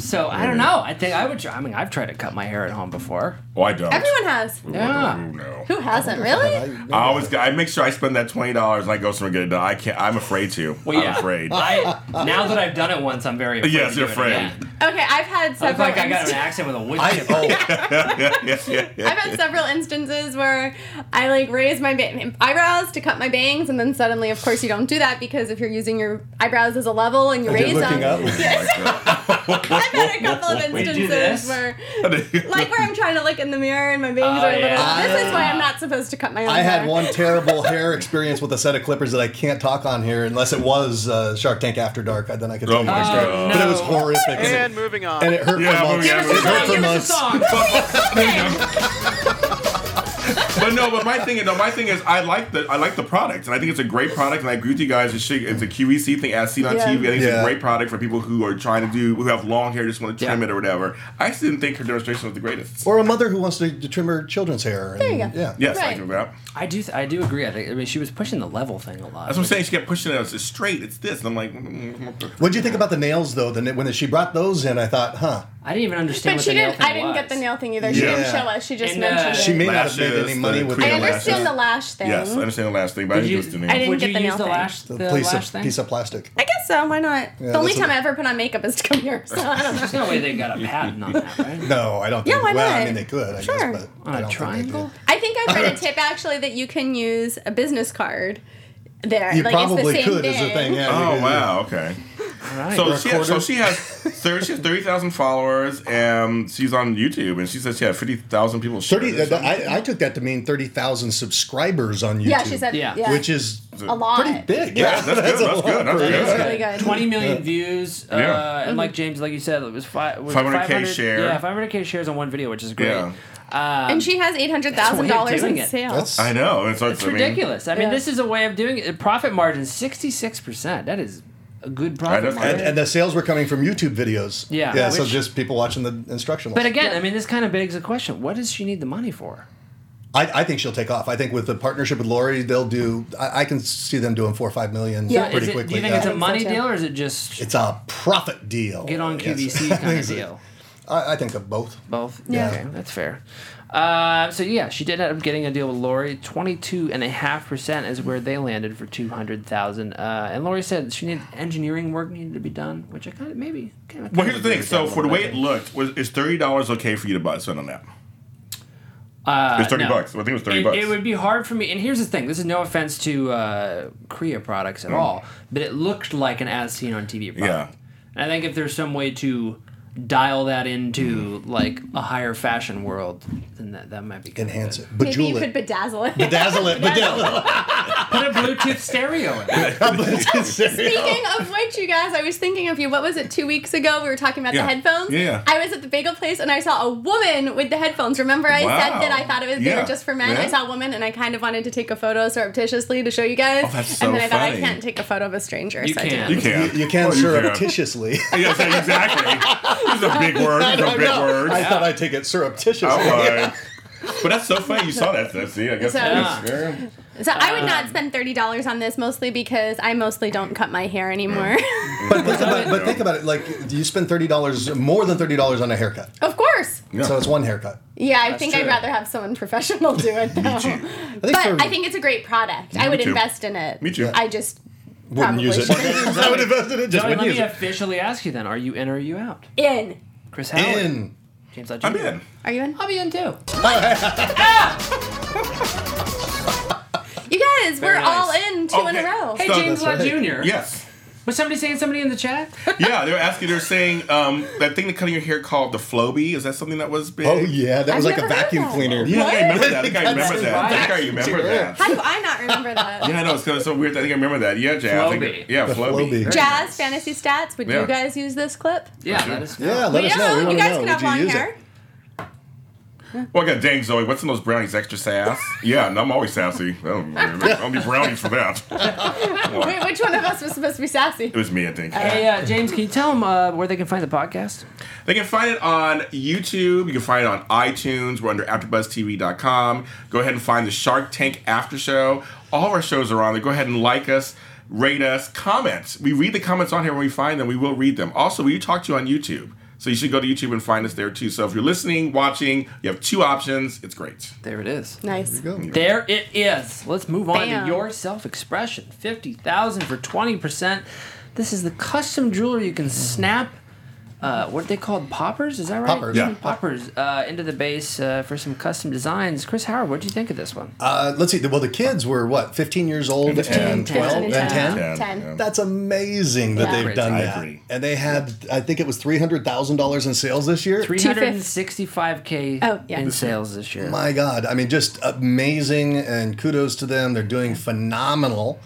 S1: So I don't know. I think I would. Try, I mean, I've tried to cut my hair at home before.
S5: Oh, I don't.
S3: Everyone has.
S1: Yeah.
S5: Ooh, no.
S3: Who hasn't really?
S4: <laughs> I-
S5: I always I make sure I spend that twenty dollars. I go somewhere and get it done. I can't. I'm afraid to.
S1: Well,
S5: I'm
S1: yeah.
S5: afraid. <laughs>
S1: I now that I've done it once, I'm very afraid.
S5: Yes,
S1: to do
S5: you're
S1: it
S5: afraid.
S1: again.
S3: Okay, I've had
S1: I look
S3: several.
S1: like I got
S3: inst-
S1: an accent with a wood
S4: I,
S1: chip.
S3: <laughs>
S4: oh,
S3: I've had several instances where I like raise my ba- eyebrows to cut my bangs, and then suddenly, of course, you don't do that because if you're using your eyebrows as a level and you
S4: you're
S3: raise
S4: looking
S3: them,
S4: up.
S3: <laughs>
S5: Oh
S3: I've had a
S5: <laughs>
S3: couple of
S1: do
S3: instances
S1: this?
S3: where, like, where I'm trying to look in the mirror and my bangs
S1: Oh,
S3: are a little.
S1: yeah. Ah.
S3: This is why I'm not supposed to cut my own
S4: I had
S3: hair.
S4: one terrible hair experience with a set of clippers that I can't talk on here unless it was uh, Shark Tank After Dark. Then I could
S5: Oh
S4: talk
S5: my
S4: on story.
S5: God.
S4: But it was horrific.
S6: And
S4: And it,
S6: moving on.
S4: and it hurt
S5: Yeah,
S4: for
S5: but
S4: months.
S5: we
S4: It
S5: have-
S1: Give us a
S4: hurt
S1: song,
S4: for
S1: give us a
S4: months.
S1: song.
S5: but no, but my thing, no, my thing is, I like the, I like the product, and I think it's a great product, and I agree with you guys. It's, shig- it's a QVC thing as seen on
S3: Yeah.
S5: TV. I think it's
S4: Yeah.
S5: a great product for people who are trying to do, who have long hair, just want to trim
S1: Yeah.
S5: it or whatever. I actually didn't think her demonstration was the greatest.
S4: Or a mother who wants to, to trim her children's hair.
S3: There you
S4: and-
S3: go.
S4: Yeah.
S5: yes, I
S3: Right.
S5: can that.
S1: I do. I do agree. I think. I mean, she was pushing the level thing a lot.
S5: That's what I'm saying. She kept pushing it. It's straight. It's this, and I'm like, mm-hmm.
S4: What'd you think about the nails though? The, na- when she brought those in, I thought, huh.
S1: I didn't even understand.
S3: <laughs> but
S1: what
S3: she
S1: the nail
S3: didn't.
S1: thing
S3: I didn't
S1: was.
S3: get the nail thing either. She
S4: Yeah.
S3: didn't show us. She just
S1: And, uh,
S3: mentioned
S4: She
S3: it.
S4: may not have
S5: Lashes,
S4: made any
S5: the
S4: money with
S5: cream
S3: I
S4: the
S5: lashes.
S3: understand the lash thing.
S5: yes, I understand the last thing, but I
S1: Did
S5: didn't
S1: you,
S5: do this to me.
S3: I didn't
S1: would
S3: get
S1: you
S3: the
S1: use
S3: nail
S1: the
S3: thing.
S1: lash, the
S4: The piece,
S1: lash
S4: of,
S1: thing?
S4: piece of plastic.
S3: I guess so. Why not? the only
S4: that's a-
S3: time I ever put on makeup is to come here. So I don't know.
S1: There's no way they got a patent on
S5: <laughs>
S1: that, right?
S4: No, I don't.
S3: Yeah,
S4: think,
S3: why
S4: well, I
S3: not?
S4: mean, they could. I
S3: Sure.
S4: guess, but
S1: On
S4: I don't
S1: a
S4: think they
S1: triangle?
S4: did.
S3: I think I've read a tip actually that you can use a business card there.
S4: You
S3: like it's
S4: probably
S3: the same
S4: could, is the thing. Yeah. you
S5: Oh
S4: could-
S5: wow! Okay.
S1: All right.
S5: So
S4: a
S5: she, so
S4: quarter?
S5: she has thirty she has thirty thousand followers, and she's on YouTube, and she says she had fifty thousand people. share
S4: Thirty.
S5: this.
S4: I, I took that to mean thirty thousand subscribers on YouTube.
S3: Yeah, she said.
S1: Yeah.
S3: Yeah.
S4: which is
S3: a lot.
S4: pretty big.
S5: yeah, that's, good. That's good. That's good.
S3: It's really good.
S1: 20 million views. Uh,
S5: Yeah.
S1: And like James, like you said, it was, fi- was
S5: 500K
S1: 500
S5: share.
S1: Yeah, 500K shares on one video, which is great.
S5: Yeah.
S3: and she has eight hundred thousand
S1: That's
S3: dollars
S1: a way of
S3: in
S1: doing it.
S3: sales.
S4: That's,
S5: I know. And so it's,
S1: It's
S5: I mean,
S1: ridiculous. I mean,
S3: Yeah.
S1: this is a way of doing it. Profit margin 66%. That is a good
S5: I
S1: profit
S5: know.
S1: margin.
S4: and, and the sales were coming from YouTube videos.
S1: Yeah,
S4: Yeah. so
S1: which-
S4: just people watching the instructional.
S1: but again, I mean, this kind of begs the question what does she need the money for?
S4: I, I think she'll take off. I think with the partnership with Lori, they'll do. I, I can see them doing four or five million
S3: Yeah.
S4: pretty
S1: Is it,
S4: quickly.
S1: do you think
S4: yeah.
S1: it's a
S3: so,
S1: money
S3: too.
S1: deal or is it just
S4: It's a profit deal.
S1: get on
S4: Yes. <laughs>
S1: QVC kind of deal?
S4: I, I think of both.
S1: Both?
S3: Yeah.
S1: Okay, that's fair. Uh, so yeah, she did end up getting a deal with Lori. Twenty-two and a half percent is where they landed for two hundred thousand. Uh, and Lori said she needed engineering work needed to be done, which I kind of maybe. Kind of
S5: Well, here's the thing. So for the way it looked, was is thirty dollars okay for you to buy spend on that? Uh, it's thirty
S1: no.
S5: bucks. I think it was thirty
S1: it,
S5: bucks.
S1: it would be hard for me. And here's the thing: this is no offense to uh, Korea products at all, but it looked like an as seen on TV product. And I think if there's some way to dial that into like a higher fashion world, then that, that might be kinda
S4: Enhance
S1: good.
S4: it.
S3: Maybe you
S4: Bejewel
S3: could
S4: it.
S3: bedazzle it. <laughs>
S4: Bedazzle it. Bedazzle
S1: Put a Bluetooth stereo in. it.
S4: it.
S3: Speaking of which, you guys, I was thinking of you. What was it? Two weeks ago, we were talking about
S5: Yeah.
S3: the headphones.
S5: Yeah.
S3: I was at the bagel place and I saw a woman with the headphones. Remember, I
S5: Wow.
S3: said that I thought it was they
S5: Yeah.
S3: were just for men.
S5: Yeah.
S3: I saw a woman and I kind of wanted to take a photo surreptitiously to show you guys.
S5: Oh, that's
S3: and
S5: so
S3: then I thought
S5: funny.
S3: I can't take a photo of a stranger.
S1: You
S3: so I
S1: can.
S3: didn't.
S5: you
S4: <laughs>
S5: can.
S4: You can
S5: Oh,
S4: surreptitiously. <laughs>
S5: Yes, exactly. This is a big word. These are
S4: I,
S5: big
S4: know.
S5: words.
S4: I thought I'd take it surreptitiously. <laughs>
S5: Oh my. But that's so funny. You saw that. See, I guess.
S3: So-
S5: that's fair.
S3: So I would
S4: Um,
S3: not spend thirty dollars on this, mostly because I mostly don't cut my hair anymore.
S4: But, think about, but think about it. Like you spend thirty dollars, more than thirty dollars on a haircut.
S3: <laughs> of course.
S5: Yeah.
S4: So it's one haircut.
S3: Yeah, I think I'd
S1: true.
S3: rather have someone professional do
S4: <laughs>
S3: it though.
S4: I think
S3: But
S4: for-
S3: I think it's a great product. I would
S5: too.
S3: invest in it.
S5: Me too.
S3: I just
S4: wouldn't
S3: probably
S4: use it.
S3: shouldn't.
S4: <laughs> I would invest in it. Just
S1: Joey,
S4: wouldn't
S1: let
S4: use
S1: me
S4: it.
S1: officially ask you then: Are you in or are you out?
S3: in.
S1: Chris Howard,
S4: In.
S1: James Lott
S5: I'm
S1: Jr..
S5: in.
S3: Are you in?
S1: I'll be in too.
S3: You guys,
S1: Very
S3: we're
S1: nice.
S3: all in two in
S5: Okay.
S3: a row.
S1: Hey,
S5: So
S1: James Lott
S4: that's
S1: Jr.
S5: Yes.
S1: Was somebody saying somebody in the
S4: <laughs>
S1: chat?
S5: Yeah, they were asking. They were saying um, that thing that cutting your hair called the Flowbee. Is that something that was big?
S4: Oh yeah, that was
S3: I've
S4: like a
S3: never heard
S4: vacuum
S3: that.
S4: cleaner.
S5: Yeah, I think I remember that. I think I
S4: That's
S5: remember that. I think I
S1: right.
S5: remember that.
S3: How do I not remember
S4: <laughs>
S3: that?
S5: Yeah, I know. It's kind of so weird. I think I remember that. Yeah, Jay. I think-
S1: Flowbee.
S5: Yeah,
S4: The
S5: Flowbee.
S4: Flowbee.
S3: Jazz fantasy stats. Would
S5: Yeah.
S3: you guys use this clip?
S1: Yeah, that is.
S4: Yeah, let
S3: we
S4: us
S3: don't
S4: know. We
S3: know. You
S4: want to
S3: guys
S4: know.
S3: can
S4: Would
S3: have
S4: you
S3: long
S4: use
S3: hair.
S4: it?
S5: Well, I got dang Zoe. What's in those brownies? Extra sass? Yeah, and I'm always sassy. I don't, I don't need brownies for that.
S3: <laughs> Wait, which one of us was supposed to be sassy?
S5: It was me, I think.
S1: Hey, uh, James, can you tell them uh, where they can find the podcast?
S5: They can find it on YouTube. You can find it on iTunes. We're under AfterBuzzTV.com. Go ahead and find the Shark Tank After Show. All of our shows are on there. Go ahead and like us. rate us, comments. We read the comments on here when we find them. We will read them. Also, we talk to you on YouTube. So you should go to YouTube and find us there too. So if you're listening, watching, you have two options. It's great.
S1: There it is.
S3: Nice.
S1: There it is. Let's move on to
S3: Bam.
S1: your self-expression. Fifty thousand for twenty percent. This is the custom jewelry you can snap. Uh, what are they called? Poppers? Is that right?
S4: Poppers. Yeah.
S1: Poppers uh, into the base uh, for some custom designs. Chris Howard, what do you think of this one?
S4: Uh, let's see. Well, the kids were what, 15 years old
S5: 15,
S4: and 12 and 10?
S5: Yeah,
S3: Ten.
S5: yeah.
S4: That's amazing that
S3: Yeah.
S4: they've done
S5: I
S4: that.
S5: agree.
S4: And they had, I think it was $300,000 in sales this year.
S1: Three hundred and sixty-five k
S3: Oh, yeah.
S1: in sales this year.
S4: My God. I mean, just amazing and kudos to them. They're doing phenomenal.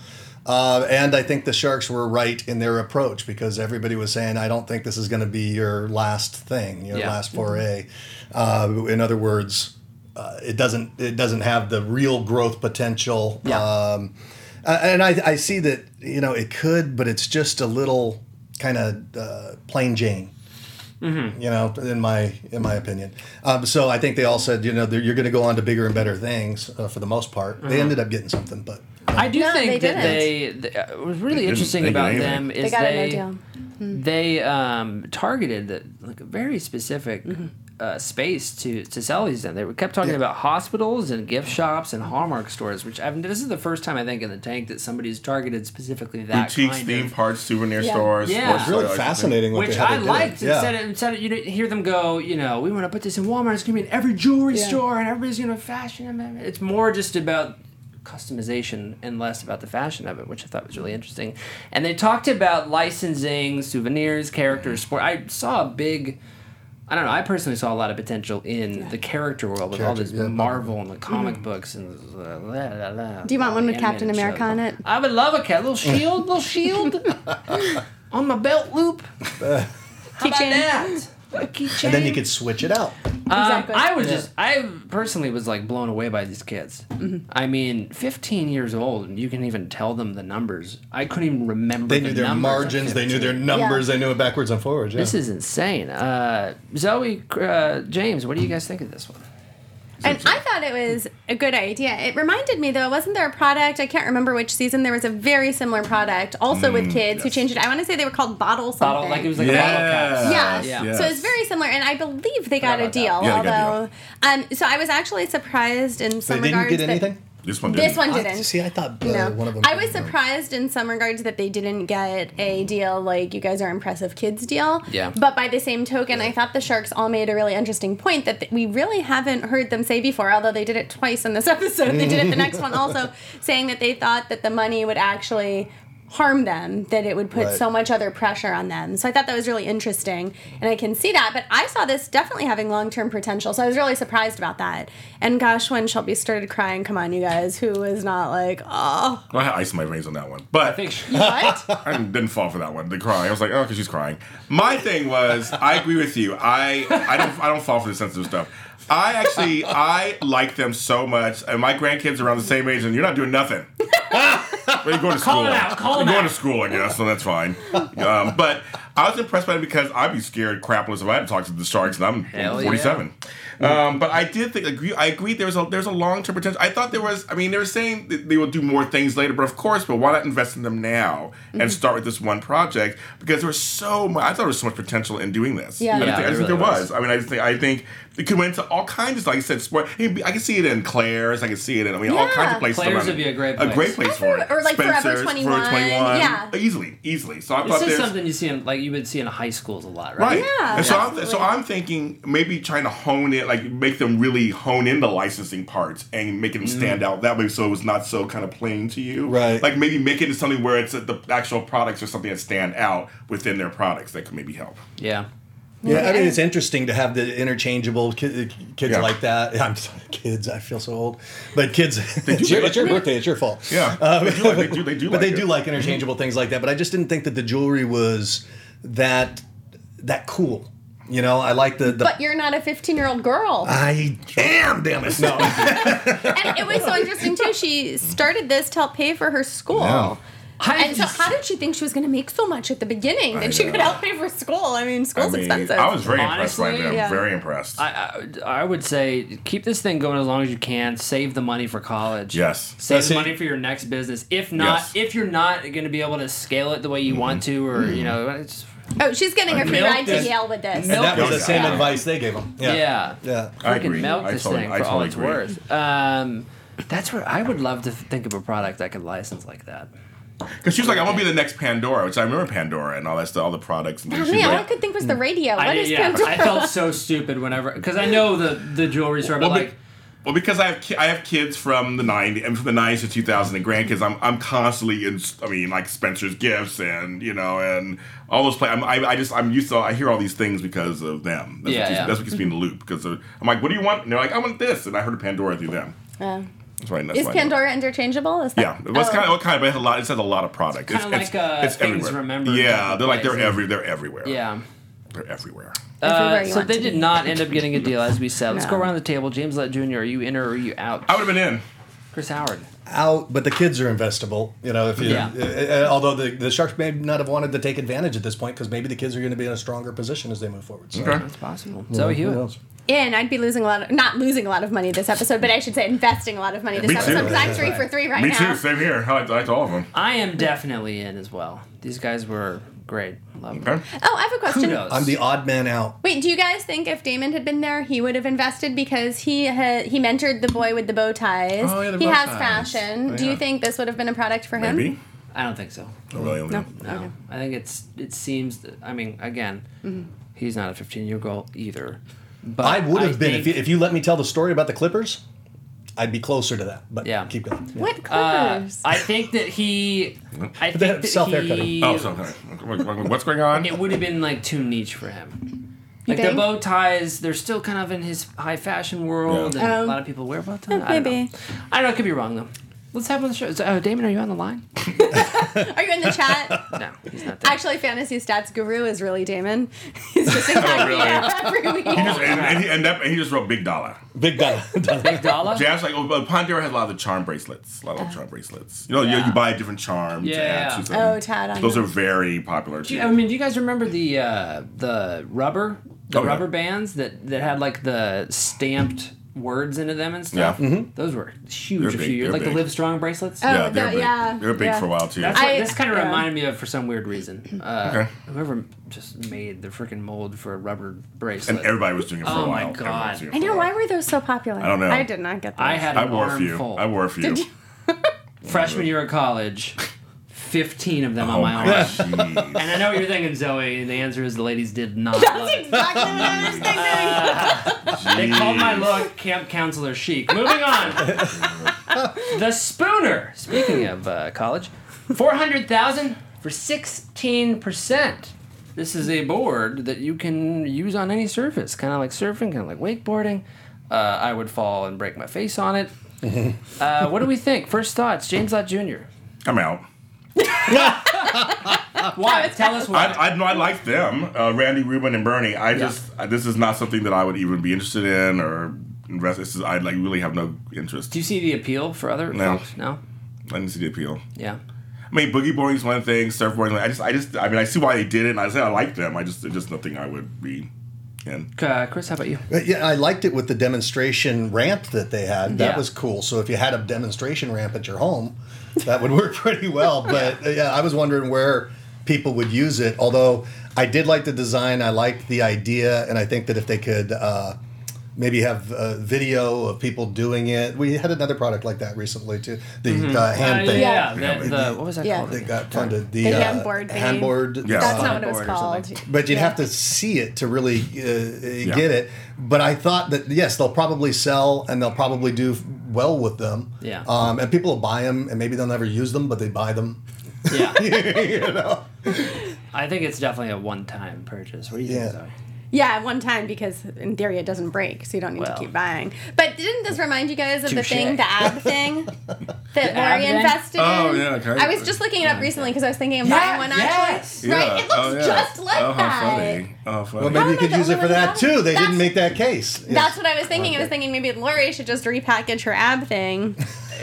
S4: Uh, and I think the Sharks were right in their approach because everybody was saying, I don't think this is going to be your last thing, your
S1: Yeah.
S4: last foray. Uh, in other words, uh, it doesn't it doesn't have the real growth potential.
S1: Yeah.
S4: Um, uh, and I, I see that, you know, it could, but it's just a little kind of uh, plain Jane
S1: Mm-hmm.
S4: you know, in my in my opinion. Um, so I think they all said, you know, they're- you're going to go on to bigger and better things uh, for the most part.
S1: Mm-hmm.
S4: They ended up getting something, but
S1: I do
S3: No,
S1: think
S3: they
S1: that they,
S3: didn't.
S1: th- uh, what was really
S5: didn't-
S1: interesting
S5: they didn't
S1: about
S5: anything.
S1: them is
S3: They
S1: they
S3: got
S1: they,
S3: it no deal.
S1: um, targeted the, like a very specific
S3: Mm-hmm.
S1: uh, space to to sell these in. They were- kept talking
S4: Yeah.
S1: about hospitals and gift shops and Hallmark stores, which I've this is the first time I think in the tank that somebody's targeted specifically that
S5: Boutiques,
S1: kind
S5: theme
S1: of.
S5: parks, souvenir
S3: Yeah.
S5: stores.
S1: Yeah.
S5: sports
S1: It's
S4: really
S5: stores,
S4: fascinating. what
S1: Which
S4: they, how
S1: I
S4: they did
S1: liked.
S4: It. Yeah.
S1: Instead, of, instead of, you didn't hear them go, you know, we want to put this in Walmart. It's going to be in every jewelry
S3: Yeah.
S1: store and everybody's going to fashion them. It's more just about customization and less about the fashion of it, which I thought was really interesting. And they talked about licensing, souvenirs, characters, sport. I saw a big. I don't know. I personally saw a lot of potential in the character world with all
S4: Characters,
S1: this
S4: yeah.
S1: Marvel and the comic books and. la, la, la, la,
S3: Mm-hmm. Do you want
S1: all
S3: one
S1: the
S3: with Captain
S1: animated
S3: America
S1: shows.
S3: on it?
S1: I would love a cat. Little shield, little
S4: <laughs>
S1: shield on my belt loop. How about
S3: Keychain.
S1: that? A keychain.
S4: And then you could switch it out.
S1: Um,
S3: Exactly.
S1: I was just, I personally was like blown away by these kids. I mean, 15 years old, and you can even tell them the numbers. I couldn't even remember.
S4: They
S1: the
S4: knew their
S1: numbers at
S4: margins. They knew
S1: 15.
S4: their numbers. They knew it backwards and forwards. Yeah.
S1: This is insane. Uh, Zoe, uh, James, what do you guys think of this one?
S3: And I thought it was a good idea. It reminded me though, wasn't there a product? I can't remember which season. There was a very similar product, also with kids who changed it. I want to say they were called bottle something.
S1: Bottle, like it was like
S5: Yeah.
S1: a bottle cap.
S3: yeah.
S5: Yes,
S1: yes.
S3: So it's very similar, and I believe they got a
S1: about that.
S3: deal.
S5: Yeah, they got a
S3: although, um, so I was actually surprised in
S4: they
S3: some
S4: didn't
S3: regards
S4: get
S3: that
S4: anything.
S5: This one.
S3: this
S5: didn't.
S3: one
S4: I-
S3: didn't.
S4: see, I thought uh,
S3: No.
S4: one of them.
S3: I was
S4: did, but-
S3: surprised in some regards that they didn't get a deal like you guys are impressive kids deal.
S1: Yeah.
S3: But by the same token, I thought the Sharks all made a really interesting point that th- we really haven't heard them say before, although they did it twice in this <laughs> episode. They did it the
S4: <laughs>
S3: next one also, saying that they thought that the money would actually harm them that it would put
S4: Right.
S3: so much other pressure on them so i thought that was really interesting and i can see that but i saw this definitely having long-term potential so i was really surprised about that and gosh when shelby started crying come on you guys who was not like oh
S5: I had ice in my veins on that one, but I,
S3: what?
S5: didn't fall for that one. The crying, I was like, oh, because she's crying. My thing was, I agree with you. I I don't I don't fall for the sensitive stuff. I actually I like them so much, and my grandkids are around the same age, and you're not doing nothing. <laughs> Well, you're going to school.
S1: it out, call it
S5: you're going
S1: out.
S5: to school, I guess, so that's fine. Um, but I was impressed by it because I'd be scared crapless if I had to talk to the sharks, and I'm
S1: Hell
S5: 47. Um, but I did think agree. I agree. There was a there's a long term potential. I thought there was. I mean, they were saying that they will do more things later, but of course, but why not invest in them now
S1: Mm-hmm.
S5: and start with this one project? Because there was so much. I thought there was so much potential in doing this.
S3: Yeah.
S5: I
S3: Yeah,
S5: didn't think, I
S1: there
S5: didn't think
S1: really
S5: there was. I mean, I just think I think it could went into all kinds of like I said, sport. I can see it in Claire's. I can see it in. I mean, all
S3: Yeah.
S5: kinds of places.
S1: Claire's
S5: around
S1: would
S5: it.
S1: be a great
S5: A
S1: place.
S5: great place for it.
S3: Or like Forever
S5: Spencer's,
S3: 21, yeah.
S5: Easily, easily. So I thought
S1: This is
S5: there's-
S1: something you see in, like you would see in high schools a lot, right?
S5: Right.
S3: Yeah,
S5: And so I'm,
S3: absolutely.
S5: so I'm thinking maybe trying to hone it, like make them really hone in the licensing parts and make them stand out that way, so it was not so kind of plain to you.
S4: Right.
S5: Like maybe make it into something where it's uh, the actual products or something that stand out within their products that could maybe help.
S1: Yeah.
S4: Yeah, I mean it's interesting to have the interchangeable ki- uh, kids
S5: Yeah.
S4: like that. <laughs> I'm sorry, kids. I feel so old, but kids. <laughs> it's, your, it's your birthday. It's your fault.
S5: Yeah. they do. Like,
S4: <laughs>
S5: they do. They do.
S4: Uh, but
S5: like
S4: they
S5: it.
S4: do like interchangeable things like that. But I just didn't think that the jewelry was that that cool. You know, I like the. the
S3: but you're not a 15 year old girl
S4: I am, damn it!
S5: <laughs>
S4: No,
S3: and it was so interesting too she started this to help pay for her school
S4: Yeah.
S1: I
S3: And so, how did she think she was going to make so much at the beginning
S5: I
S3: that she
S5: know.
S3: could outpay for school? I mean,
S5: I
S3: school's
S5: mean,
S3: expensive.
S5: I was very impressed by
S1: Honestly,
S5: them.
S3: yeah.
S5: Very impressed.
S1: I, I would say keep this thing going as long as you can. Save the money for college.
S5: Yes.
S1: Save
S4: That's
S1: the
S4: it.
S1: money for your next business. If not,
S5: Yes. Mm-hmm.
S1: if you're not going to be able to scale it the way you want to, or you know, it's,
S3: oh, she's getting a free
S1: milk
S3: ride to
S1: this-
S3: Yale with this.
S1: milk
S4: That was the
S5: Yeah.
S4: same
S5: Yeah.
S4: advice they gave him.
S1: yeah.
S4: Yeah. Yeah.
S5: I
S1: freaking
S5: agree.
S1: milk
S5: I
S1: this
S5: totally,
S1: thing
S5: I
S1: for all
S5: totally
S1: it's
S5: agree.
S1: worth. Um, that's where I would love to think of a product I could license like that.
S5: Because she was like, "I want to be the next Pandora," which I remember Pandora and all that stuff, all the products. And
S3: Oh,
S5: things. She was
S3: man, all I
S5: like,
S3: could think was the radio. What
S1: I,
S3: is
S1: yeah,
S3: Pandora?
S1: I felt
S3: <laughs>
S1: so stupid whenever because I know the the jewelry store, but
S5: Well, be-
S1: like
S5: well, because I have ki- I have kids from the '90s and from the '90s to 2000 and grandkids. I'm I'm constantly in. I mean, like Spencer's Gifts and you know and all those play. I'm, I I just I'm used to. I hear all these things because of them. That's
S1: Yeah,
S5: what keeps,
S1: yeah.
S5: That's what keeps me in the loop because I'm like, "What do you want?" And they're like, "I want this," and I heard of Pandora through them.
S3: Oh.
S5: That's right. That's
S3: is
S5: why I know.
S3: Pandora interchangeable? Is that,
S5: Yeah, well, it's
S3: oh.
S5: kind of what kind of but it has a lot. It has a lot of products.
S1: Kinda
S5: it's,
S1: like, uh,
S5: it's, it's
S1: Things
S5: everywhere.
S1: Remembered type
S5: Yeah,
S1: of
S5: they're like they're
S1: place.
S5: every they're everywhere.
S1: yeah.
S5: they're everywhere.
S3: Everywhere
S1: Uh,
S3: you
S1: so
S3: want
S1: they
S3: to
S1: did
S3: be.
S1: not end up getting a deal, as we said. Let's
S3: No.
S1: go around the table. James Lett Jr., are you in or are you out?
S5: I would have been in.
S1: Chris Howard.
S4: Out, but the kids are investable. You know, if you,
S1: Yeah.
S4: uh, uh, although the, the sharks may not have wanted to take advantage at this point because maybe the kids are going to be in a stronger position as they move forward. So,
S5: Okay.
S1: It's possible. Zoe
S4: who
S1: Hewitt.
S4: knows?
S3: in, I'd be losing a lot of not losing a lot of money this episode, but I should say investing a lot of money this
S5: Me
S3: episode
S5: too.
S3: because I'm three for three right
S5: Me
S3: now.
S5: too. Same here. I liked, I liked all of them.
S1: I am definitely in as well. These guys were great. Love them.
S5: Okay.
S3: Oh, I have a question.
S1: Kudos.
S4: I'm the odd man out.
S3: Wait, do you guys think if Damon had been there, he would have invested because he ha- he mentored the boy with the bow ties.
S5: Oh, yeah, the
S3: he
S5: bow
S3: has
S5: ties. Oh,
S3: fashion. Do
S5: Yeah.
S3: you think this would have been a product for him?
S5: Maybe.
S1: I don't think so.
S5: I really don't know.
S1: No, I think it's it seems. that- I mean, again, he's not a 15 year old either. But
S4: I would have been if you,
S1: think-
S4: if you let me tell the story about the Clippers. I'd be closer to that, but
S1: Yeah.
S4: keep going. Yeah.
S3: What
S1: uh,
S3: Clippers?
S1: I think that
S5: <laughs>
S1: he. I
S4: they
S1: think
S4: have
S1: that
S4: self-haircutting.
S1: he.
S5: Oh, so okay. What's going on?
S1: It would have been like too niche for him. Like the
S3: think?
S1: bow ties, they're still kind of in his high fashion world,
S5: Yeah.
S1: and a
S3: Oh.
S1: lot of people wear bow ties.
S3: Oh,
S1: I don't know.
S3: maybe.
S1: I don't know. I could be wrong though. Let's have on the show. Is- Uh, Damon, are you on the line?
S3: Are you in the chat? <laughs>
S1: No, he's not there.
S3: Actually, fantasy stats guru is really Damon. <laughs> He's just in
S5: Oh, really?
S3: every week.
S5: He just, and, and he and, that, and he just wrote big dollar.
S4: Big
S1: <laughs>
S4: guy.
S5: <laughs>
S1: Dollar?
S5: Jazz like oh, but Pandora has a lot of the charm bracelets. A lot of charm bracelets. You know, you,
S1: Yeah.
S5: you buy a different charm. to
S1: Yeah,
S5: add
S1: yeah.
S5: to something.
S3: Oh, Tad, I
S5: Those
S3: know.
S5: are very popular.
S1: Do
S5: Too.
S1: you, I mean, do you guys remember the uh, the rubber the
S5: Oh, yeah.
S1: rubber bands that that had like the stamped words into them and stuff?
S5: Yeah. Mm-hmm.
S1: Those were huge
S5: They're
S1: a few
S5: big,
S1: years,
S5: they're
S1: like
S5: big.
S1: the Live Strong bracelets.
S3: Oh,
S5: yeah, they're
S3: the-
S5: big.
S3: yeah,
S5: they're big
S3: yeah.
S5: for a while too.
S1: That's what,
S3: I-
S1: this kind of
S3: yeah.
S1: reminded me of for some weird reason. Uh,
S5: Okay.
S1: Whoever just made the freaking mold for a rubber bracelet.
S5: and everybody was doing it for
S1: Oh my
S5: a while. Everyone
S1: God.
S5: was doing it
S3: I
S5: for a
S3: know.
S5: while.
S3: Why were those so popular? I
S5: don't know.
S3: I did not get that.
S1: I had an
S5: I wore a few.
S1: armful.
S5: I wore a few.
S1: freshman year of college, fifteen of them
S5: Oh
S1: on
S5: my
S1: my arm.
S5: jeez.
S1: And I know what you're thinking, Zoe, and the answer is the ladies
S3: <laughs>
S1: did not love
S3: That's
S1: it.
S3: exactly what I was thinking.
S1: They called my look camp counselor chic. Moving on. the Spooner. Speaking of uh, college, four hundred thousand for sixteen percent. This is a board that you can use on any surface, kind of like surfing, kind of like wakeboarding. Uh, I would fall and break my face on it. uh, what do we think? First thoughts, James Lott Jr.
S5: I'm out.
S1: Why? Tell us why.
S5: I, I, no, I like them, uh, Randy Rubin and Bernie. I just I, this is not something that I would even be interested in or invest. This is I like really have no interest.
S1: do you see the appeal for other
S5: No.
S1: folks? No.
S5: I didn't see the appeal.
S1: Yeah.
S5: I mean, boogie boarding is one thing, surfboarding. Like, I just I just I mean I see why they did it. and I said I like them. I just it's just nothing I would be in.
S1: Uh, Chris, how about you?
S4: But yeah, I liked it with the demonstration ramp that they had. That
S1: Yeah.
S4: was cool. So if you had a demonstration ramp at your home, that would work <laughs> pretty
S1: <laughs>
S4: well. But uh, yeah, I was wondering where people would use it. Although I did like the design, I liked the idea, and I think that if they could uh, maybe have a video of people doing it, we had another product like that recently too. The uh, hand
S1: Uh,
S4: thing.
S1: yeah. The, the, what was that
S3: Yeah.
S1: called?
S4: That got funded. The,
S3: The
S4: uh,
S3: handboard thingy.
S4: handboard, uh,
S5: Yeah.
S3: That's not what it was
S1: Board or something.
S3: called.
S4: but you'd
S3: Yeah.
S4: have to see it to really uh, get it. But I thought that yes, they'll probably sell and they'll probably do f- well with them.
S1: Yeah.
S4: Um, and people will buy them, and maybe they'll never use them, but they buy them. <laughs>
S1: Yeah. I think it's definitely a one time purchase. What do you
S4: Yeah.
S1: think, Zoe?
S3: Yeah, one time because in theory it doesn't break, so you don't need
S1: Well.
S3: to keep buying. But didn't this remind you guys of the
S1: Touche.
S3: thing, the ab thing
S5: <laughs>
S1: ab
S3: that Lori
S1: thing?
S3: invested
S5: Oh,
S3: in?
S5: yeah, okay.
S3: I was just looking it up recently because I was thinking of
S1: Yeah,
S3: buying one
S1: yes.
S3: actually. Right, it looks just like
S5: oh,
S3: that.
S5: How funny. Oh,
S4: Well,
S5: funny.
S4: maybe
S3: am
S5: <laughs>
S4: you
S3: I
S4: could
S3: the
S4: use it
S3: only
S4: for
S3: one
S4: that
S3: who
S4: too. They
S3: That's-
S4: didn't make that case. Yeah.
S5: <laughs>
S3: That's what I was thinking. I was thinking maybe Lori should just repackage her ab thing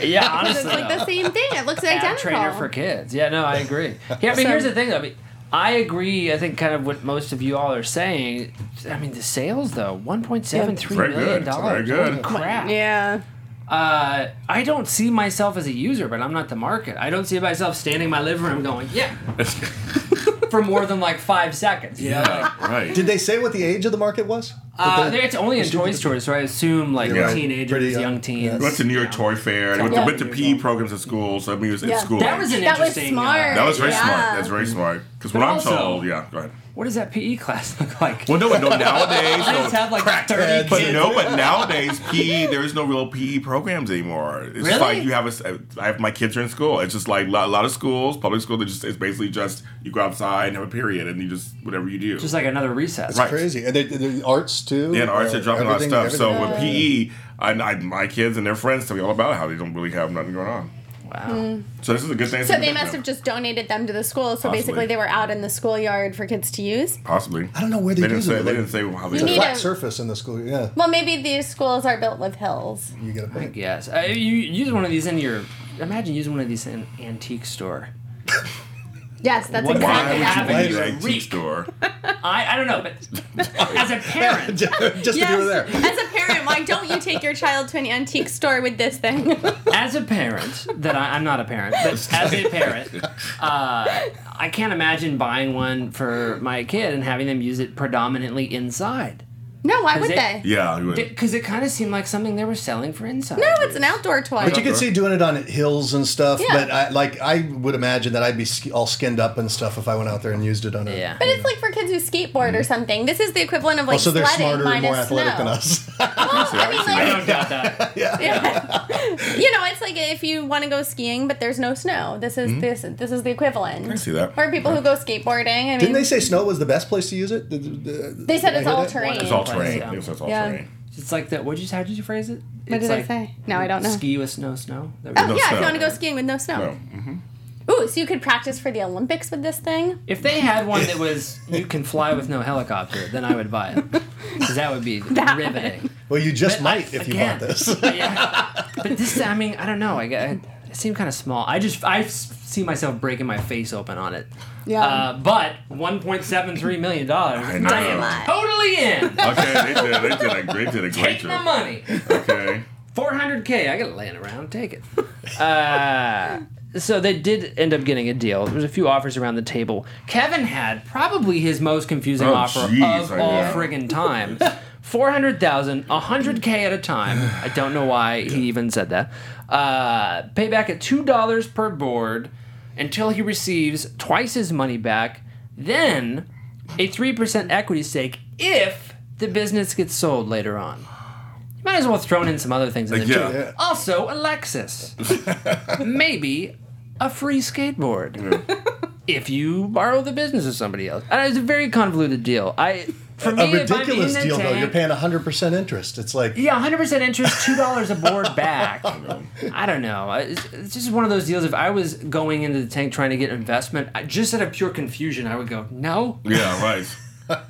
S1: Yeah,
S3: Because
S1: honestly.
S3: <laughs> it's like the same thing. It looks
S1: ad
S3: identical.
S1: trainer for kids. Yeah, no, I agree. Yeah, I mean,
S3: <laughs> So-
S1: here's the thing. I mean, I agree. I think kind of what most of you all are saying. I mean, the sales though, one point seven three
S5: Very
S1: million
S5: good. Very
S1: dollars.
S5: good.
S1: Holy crap.
S3: yeah.
S1: Uh, I don't see myself as a user, but I'm not the market. I don't see myself standing in my living room going, yeah, for more than like five seconds. you know, like-
S5: right.
S4: Did they say what the age of the market was?
S1: Uh,
S4: That they-
S1: it's only in toy stores, so I assume like
S5: Yeah. uh,
S1: teenagers,
S4: Pretty young.
S1: young teens.
S5: I went to New York Toy Fair. and I went to,
S3: Yeah.
S5: went to PE programs at school, so I mean, it was in
S3: Yeah.
S5: school.
S1: That was
S5: age.
S1: an
S3: That was
S1: interesting.
S3: smart.
S1: Uh,
S5: That was very
S3: Yeah.
S5: smart. That's very smart. Because when
S1: But
S5: I'm
S1: also-
S5: so old, yeah, go ahead.
S1: what does that PE class <laughs> look like?
S5: Well, no, but no, nowadays,
S1: <laughs> I just
S5: no,
S1: have like
S5: crack
S1: thirty
S4: heads.
S5: But
S1: kids.
S5: no, but nowadays PE there is no real PE programs anymore. It's just
S1: Really?
S5: like you have a. s- I have my kids are in school. It's just like a lot, a lot of schools, public school. They just it's basically just you go outside and have a period and you just whatever you do.
S1: Just like another recess.
S5: Right.
S4: Crazy. And they, the arts too.
S5: yeah, and arts are
S4: Uh,
S5: dropping a lot of
S4: everything-
S5: stuff. So E,
S4: everything.
S5: with PE, I, I, my kids and their friends tell me all about how they don't really have nothing going on. Hmm.
S1: Wow.
S5: So this is a good thing.
S3: So they must have just donated them to the school. So
S5: Possibly.
S3: basically, they were out in the schoolyard for kids to use.
S5: possibly.
S4: I don't know where they
S5: They didn't
S4: use it,
S5: say.
S4: but
S5: They didn't say how they.
S3: You
S4: It's a
S3: need
S5: did it.
S4: flat
S3: a-
S4: surface in the school. Yeah,
S3: Well, maybe these schools are built with hills.
S4: you get a
S1: I
S4: point.
S1: guess. Uh, you use one of these in your. Imagine using one of these in an antique store.
S3: Yes, that's
S1: What-
S5: Why
S3: exactly
S5: would
S1: Yeah.
S5: you
S1: Why
S5: be
S1: is
S5: in
S1: it
S5: an antique
S1: reek?
S5: store?
S1: I, I don't know, but as a parent,
S4: <laughs> Just to be there.
S3: As a parent, why don't you take your child to an antique store with this thing?
S1: as a parent, that I, I'm not a parent, but as a parent, uh, I can't imagine buying one for my kid and having them use it predominantly inside.
S3: no, why would
S1: it-
S3: they?
S5: Yeah, you would.
S1: Because it kind of seemed like something they were selling for inside.
S3: No, it's an outdoor toy.
S4: But you could see doing it on hills and stuff.
S3: Yeah.
S4: But I like I would imagine that I'd be sk- all skinned up and stuff if I went out there and used it on a.
S1: Yeah.
S3: but it's like for kids who skateboard or something. This is the equivalent of like
S4: Oh, so Mm-hmm. they're
S3: sledding
S4: smarter
S3: minus
S4: and more athletic
S3: snow.
S4: than us. <laughs>
S3: Well, <laughs> I mean,
S1: I
S3: like, <laughs>
S1: don't doubt that.
S3: yeah. you know, it's like if you want to go skiing, but there's no snow. This
S4: Hmm?
S3: is this this is the equivalent.
S5: I see that.
S3: Or people who go skateboarding. I mean,
S4: Didn't they say snow was the best place to use it? Did- did-
S3: They said
S4: did I
S3: it's
S4: hear
S3: all
S4: that?
S3: terrain.
S5: It's all
S1: Yeah.
S5: terrain.
S1: Yeah.
S5: It's all
S3: Yeah.
S5: terrain.
S1: It's like that. What you? How did you phrase it?
S3: What
S1: it's
S3: did
S1: like
S3: I say? No, I don't know.
S1: Ski with snow, snow. That was-
S3: oh, yeah, if
S5: snow.
S3: you want to go skiing with no snow.
S5: No.
S3: Ooh, so you could practice for the Olympics with this thing.
S1: If they had one that was you can fly with no helicopter, then I would buy it. 'Cause that would be
S3: That-
S1: riveting.
S4: Well, you just
S1: But,
S4: might
S1: like,
S4: if you
S1: again. <laughs>
S4: bought <laughs> this.
S1: Yeah. But this, I mean, I don't know. I got, it seemed kind of small. I just I s- see myself breaking my face open on it.
S3: Yeah.
S1: Uh, but 1.73 million dollars.
S5: I know.
S1: I am totally in.
S5: Okay, they did. They did a great. Did a great
S1: Take my
S5: job.
S1: money.
S5: Okay.
S1: 400k. I got it laying around. Take it. <laughs> Uh, so they did end up getting a deal. There was a few offers around the table. Kevin had probably his most confusing
S5: Oh,
S1: offer
S5: jeez,
S1: of
S5: I
S1: all
S5: know.
S1: friggin' time. 400,000, 100k at a time. I don't know why he even said that. Uh, payback at $2 per board until he receives twice his money back, then a 3% equity stake if the business gets sold later on. You might as well have thrown in some other things in there,
S5: Yeah.
S1: too.
S5: Yeah.
S1: Also,
S4: <laughs>
S1: Alexis. Maybe a free skateboard. <laughs> if you borrow the business of somebody else. And it's a very convoluted deal. I for me,
S4: a
S1: if I'm
S4: ridiculous
S1: in the
S4: deal, though.
S1: tank-
S4: You're paying 100% interest. It's like,
S1: yeah, 100% interest, $2 a board back. I don't know. It's, it's just one of those deals. If I was going into the tank trying to get investment, I, just out of pure confusion, I would go, no,
S5: Yeah. Right.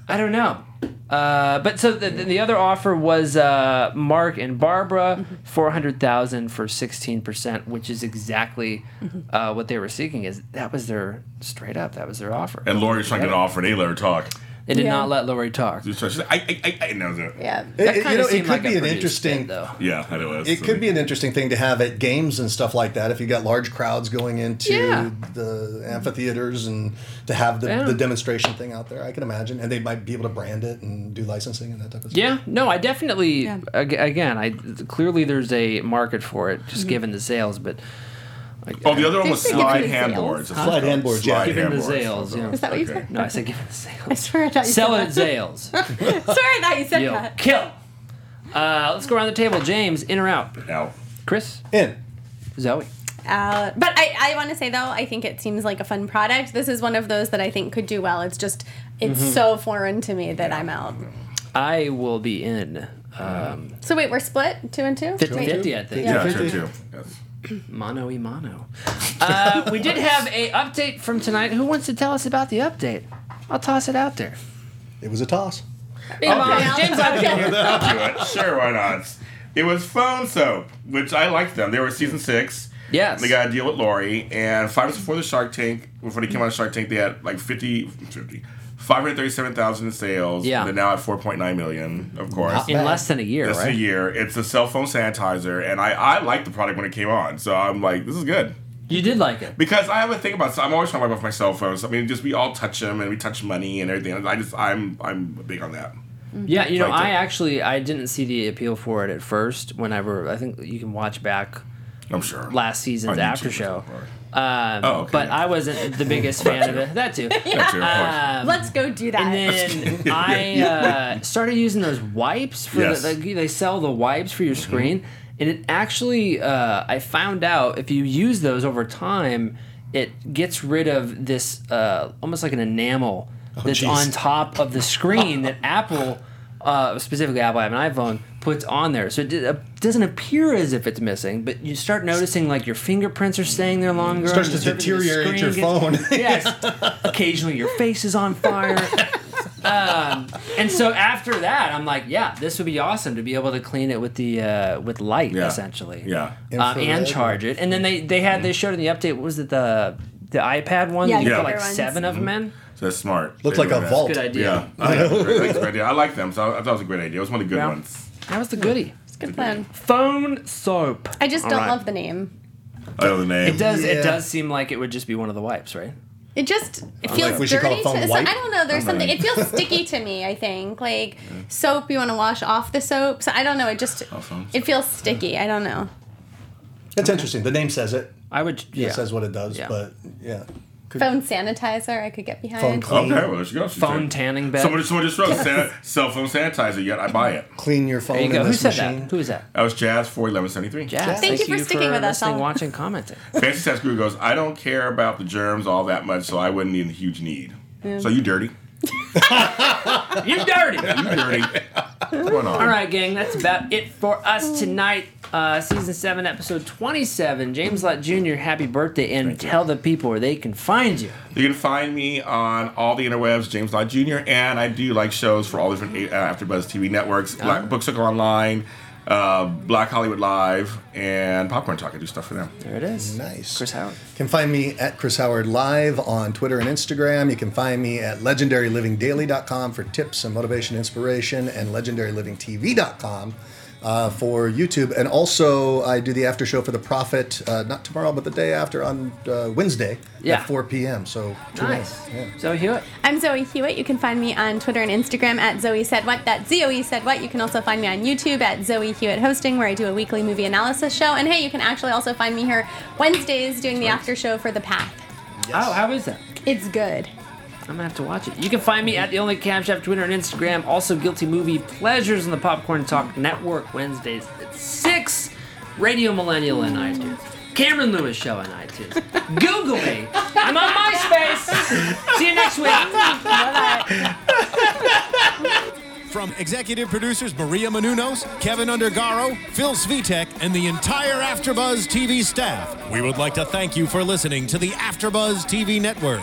S1: I don't know. Uh, but so the, the other offer was uh, Mark and Barbara,
S3: Mm-hmm.
S1: four hundred thousand for sixteen percent, which is exactly
S3: Mm-hmm.
S1: uh, what they were seeking. Is that was their straight up? That was their offer.
S5: And Lori's trying to get an offer. and They let her talk.
S1: They did
S3: Yeah.
S1: not let Lori talk.
S5: So she's like, I, I, I, I know that. Yeah.
S3: Yeah.
S4: it,
S1: That
S4: it-
S1: kinda
S4: you know, it
S1: seemed
S4: could
S1: like a
S4: be an
S1: produced
S4: interesting.
S1: bid, though.
S5: I know
S4: It could be an interesting thing to have at games and stuff like that. If you got large crowds going into
S1: Yeah.
S4: the amphitheaters and to have the,
S1: Yeah.
S4: the demonstration thing out there, I can imagine. And they might be able to brand it and do licensing and that type of stuff.
S1: Yeah, no, I definitely ag- again, I clearly there's a market for it,
S3: Mm-hmm.
S1: just given the sales, but
S5: Oh, the other one was
S3: Did they give
S5: slide
S3: you
S5: handboards.
S3: sales?
S4: Slide handboards, yeah.
S5: Slide
S1: given the
S5: handboards.
S1: sales, yeah.
S3: Is that what you said?
S1: No, I said given the
S3: I
S1: sales.
S3: swear <laughs> I thought you
S1: Sell it
S3: said
S1: at
S3: that.
S1: sales.
S3: Sorry, I thought you said <laughs>
S1: Yo,
S3: that.
S1: kill. Uh, let's go around the table. James, in or out?
S5: Now,
S1: Chris,
S4: In.
S1: Zoe.
S3: Uh, but I, I want to say though, I think it seems like a fun product. This is one of those that I think could do well. It's just, it's so foreign to me that I'm out.
S1: I will be in um,
S3: So wait, we're split two and two.
S1: 50
S3: Wait.
S1: 50, I think.
S5: yeah,
S4: Fifty.
S5: sure too. Yes. <laughs>
S1: Mono e mono. Uh, we did have a update from tonight. Who wants to tell us about the update? I'll toss it out there.
S4: It was a toss.
S1: Bing bong. James, I
S5: I'll do it. Sure, why not? It was phone soap, which I liked them. They were season six.
S1: Yes.
S5: They got a deal with Lori, and five days before the Shark Tank, before they came out of Shark Tank, they had like 50, 50 537,000 in sales.
S1: Yeah.
S5: They're now at 4.9 million, of course.
S4: Not
S1: in
S4: bad.
S1: less than a year,
S5: This
S1: right?
S5: a year. It's a cell phone sanitizer, and I, I liked the product when it came on. So I'm like, this is good.
S1: You did like it.
S5: Because I have a thing about, so I'm always trying to wipe off my cell phones. I mean, just we all touch them and we touch money and everything. I just, I'm, I'm big on that.
S1: Yeah, you know,
S5: Liked it.
S1: I actually I didn't see the appeal for it at first. Whenever I think you can watch back
S5: I'm sure.
S1: last season's
S5: On YouTube
S1: after
S5: or
S1: show,
S5: something.
S1: um,
S5: Oh, okay,
S1: but
S5: yeah.
S1: I wasn't the biggest
S5: <laughs>
S1: fan of it. That too.
S5: That's your point.
S1: Um,
S3: Let's go do that.
S4: <laughs>
S1: And then I uh, started using those wipes for
S5: Yes.
S1: the, like, they sell the wipes for
S4: Mm-hmm.
S1: your screen, and it actually uh, I found out if you use those over time, it gets rid of this uh, almost like an enamel that's
S4: Oh, jeez.
S1: on top of the screen
S4: <laughs>
S1: that Apple. Uh, specifically, Apple, I have an iPhone puts on there, so it di- uh, doesn't appear as if it's missing. But you start noticing like your fingerprints are staying there longer.
S4: Starts
S1: on the
S4: to
S1: surface of the
S4: deteriorate your
S1: screen, gets-
S4: phone.
S1: Yes. Occasionally, your face is on fire. um, and so after that, I'm like, yeah, this would be awesome to be able to clean it with the uh, with light
S5: Yeah.
S1: essentially.
S5: Yeah.
S1: Um, and
S4: Infrared.
S1: charge it, and then they they had they showed in the update. What was it the the iPad one?
S3: Yeah,
S1: that you
S5: Yeah.
S1: put like
S3: bigger ones.
S1: seven of them in.
S5: So that's smart.
S4: Looked
S5: They
S4: like
S5: do
S4: a
S5: that.
S4: vault.
S1: Good idea.
S5: Yeah. I, like it.
S1: <laughs>
S5: Great- great idea. I like them, so I thought it was a great idea. It was one of the good
S1: Yeah.
S5: ones.
S1: That was the goodie.
S3: It's a good plan.
S1: Phone soap.
S3: I just
S1: All
S3: don't
S1: right.
S3: love the name.
S5: I know the name.
S1: It does. It
S4: Yeah.
S1: does seem like it would just be one of the wipes, right?
S3: It just it feels
S4: we should call
S3: dirty
S4: it
S3: to
S4: phone
S3: it's
S4: wipe.
S3: like- I don't know, there's
S5: Phone
S3: something it
S4: <laughs>
S3: feels sticky to me, I think. Like soap you want to wash off the soap. So I don't know, it just
S4: Oh,
S5: phone
S3: it feels sticky. I don't know.
S4: It's interesting. The name says it.
S1: I would. Yeah.
S4: It says what it does,
S1: Yeah.
S4: but yeah. Could-
S3: Phone sanitizer I could get
S4: Phone
S3: behind.
S5: Okay,
S4: clean.
S5: well, there you go. She
S1: Phone
S5: said-
S1: tanning bed.
S5: Someone, someone just
S1: <laughs>
S5: wrote san- cell phone sanitizer. Yet I buy it.
S4: Clean your phone
S1: there you go.
S4: in
S1: Who
S4: this
S1: said
S4: machine.
S1: that? Who is that?
S5: That was Jazz four eleven seventy three.
S1: Jazz.
S3: Thank you for sticking with us,
S1: listening,
S3: Alan.
S1: watching, commenting.
S5: Fancy Sass Guru goes. I don't care about the germs all that much, so I wouldn't need a huge need. So you dirty.
S1: you dirty. <laughs>
S5: You dirty. What's going on?
S1: All right, gang, that's about it for us tonight. Uh, season 7, episode 27. James Lott Jr., happy birthday, and
S5: you.
S1: tell the people where they can find you.
S5: You can find me on all the interwebs, James Lott Jr., and I do like shows for all different uh, AfterBuzz TV networks, Black Book Circle Online, uh, Black Hollywood Live, and Popcorn Talk. I do stuff for them.
S1: There it is.
S4: Nice.
S1: Chris Howard.
S4: You can find me at Chris Howard Live on Twitter and Instagram. You can find me at legendarylivingdaily.com for tips and motivation, inspiration, and legendarylivingtv.com uh, for YouTube. And also, I do the after show for The Prophet, uh, not tomorrow, but the day after on uh, Wednesday
S1: Yeah.
S4: at 4 p.m. So, tune in.
S1: Nice.
S4: Yeah.
S1: So, Hewitt.
S3: I'm Zoe Hewitt. You can find me on Twitter and Instagram at Zoe Said What. That's Zoe Said What. You can also find me on YouTube at Zoe Hewitt Hosting, where I do a weekly movie analysis show. And hey, you can actually also find me here Wednesdays doing the after show for The Path.
S1: Oh, how is that?
S3: It's good.
S1: I'm gonna have to watch it. You can find me at the only Cam Chef Twitter and Instagram. Also, Guilty Movie Pleasures on the Popcorn Talk Network Wednesdays at six. Radio Millennial on iTunes. Cameron Lewis Show on iTunes. Google me. I'm on MySpace. See you next week.
S2: From executive producers Maria Manunos, Kevin Undergaro, Phil Svitek, and the entire Afterbuzz TV staff, we would like to thank you for listening to the Afterbuzz TV network.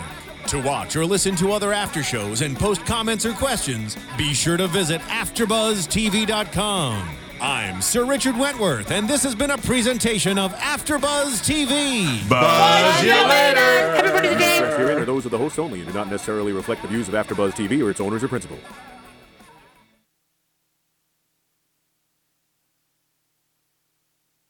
S2: To watch or listen to other after shows and post comments or questions, be sure to visit AfterbuzzTV.com. I'm Sir Richard Wentworth, and this has been a presentation of AfterBuzz TV.
S5: Buzz you later.
S7: Here and are those of the hosts only and do not necessarily reflect the views of AfterBuzz TV or its owners or principals.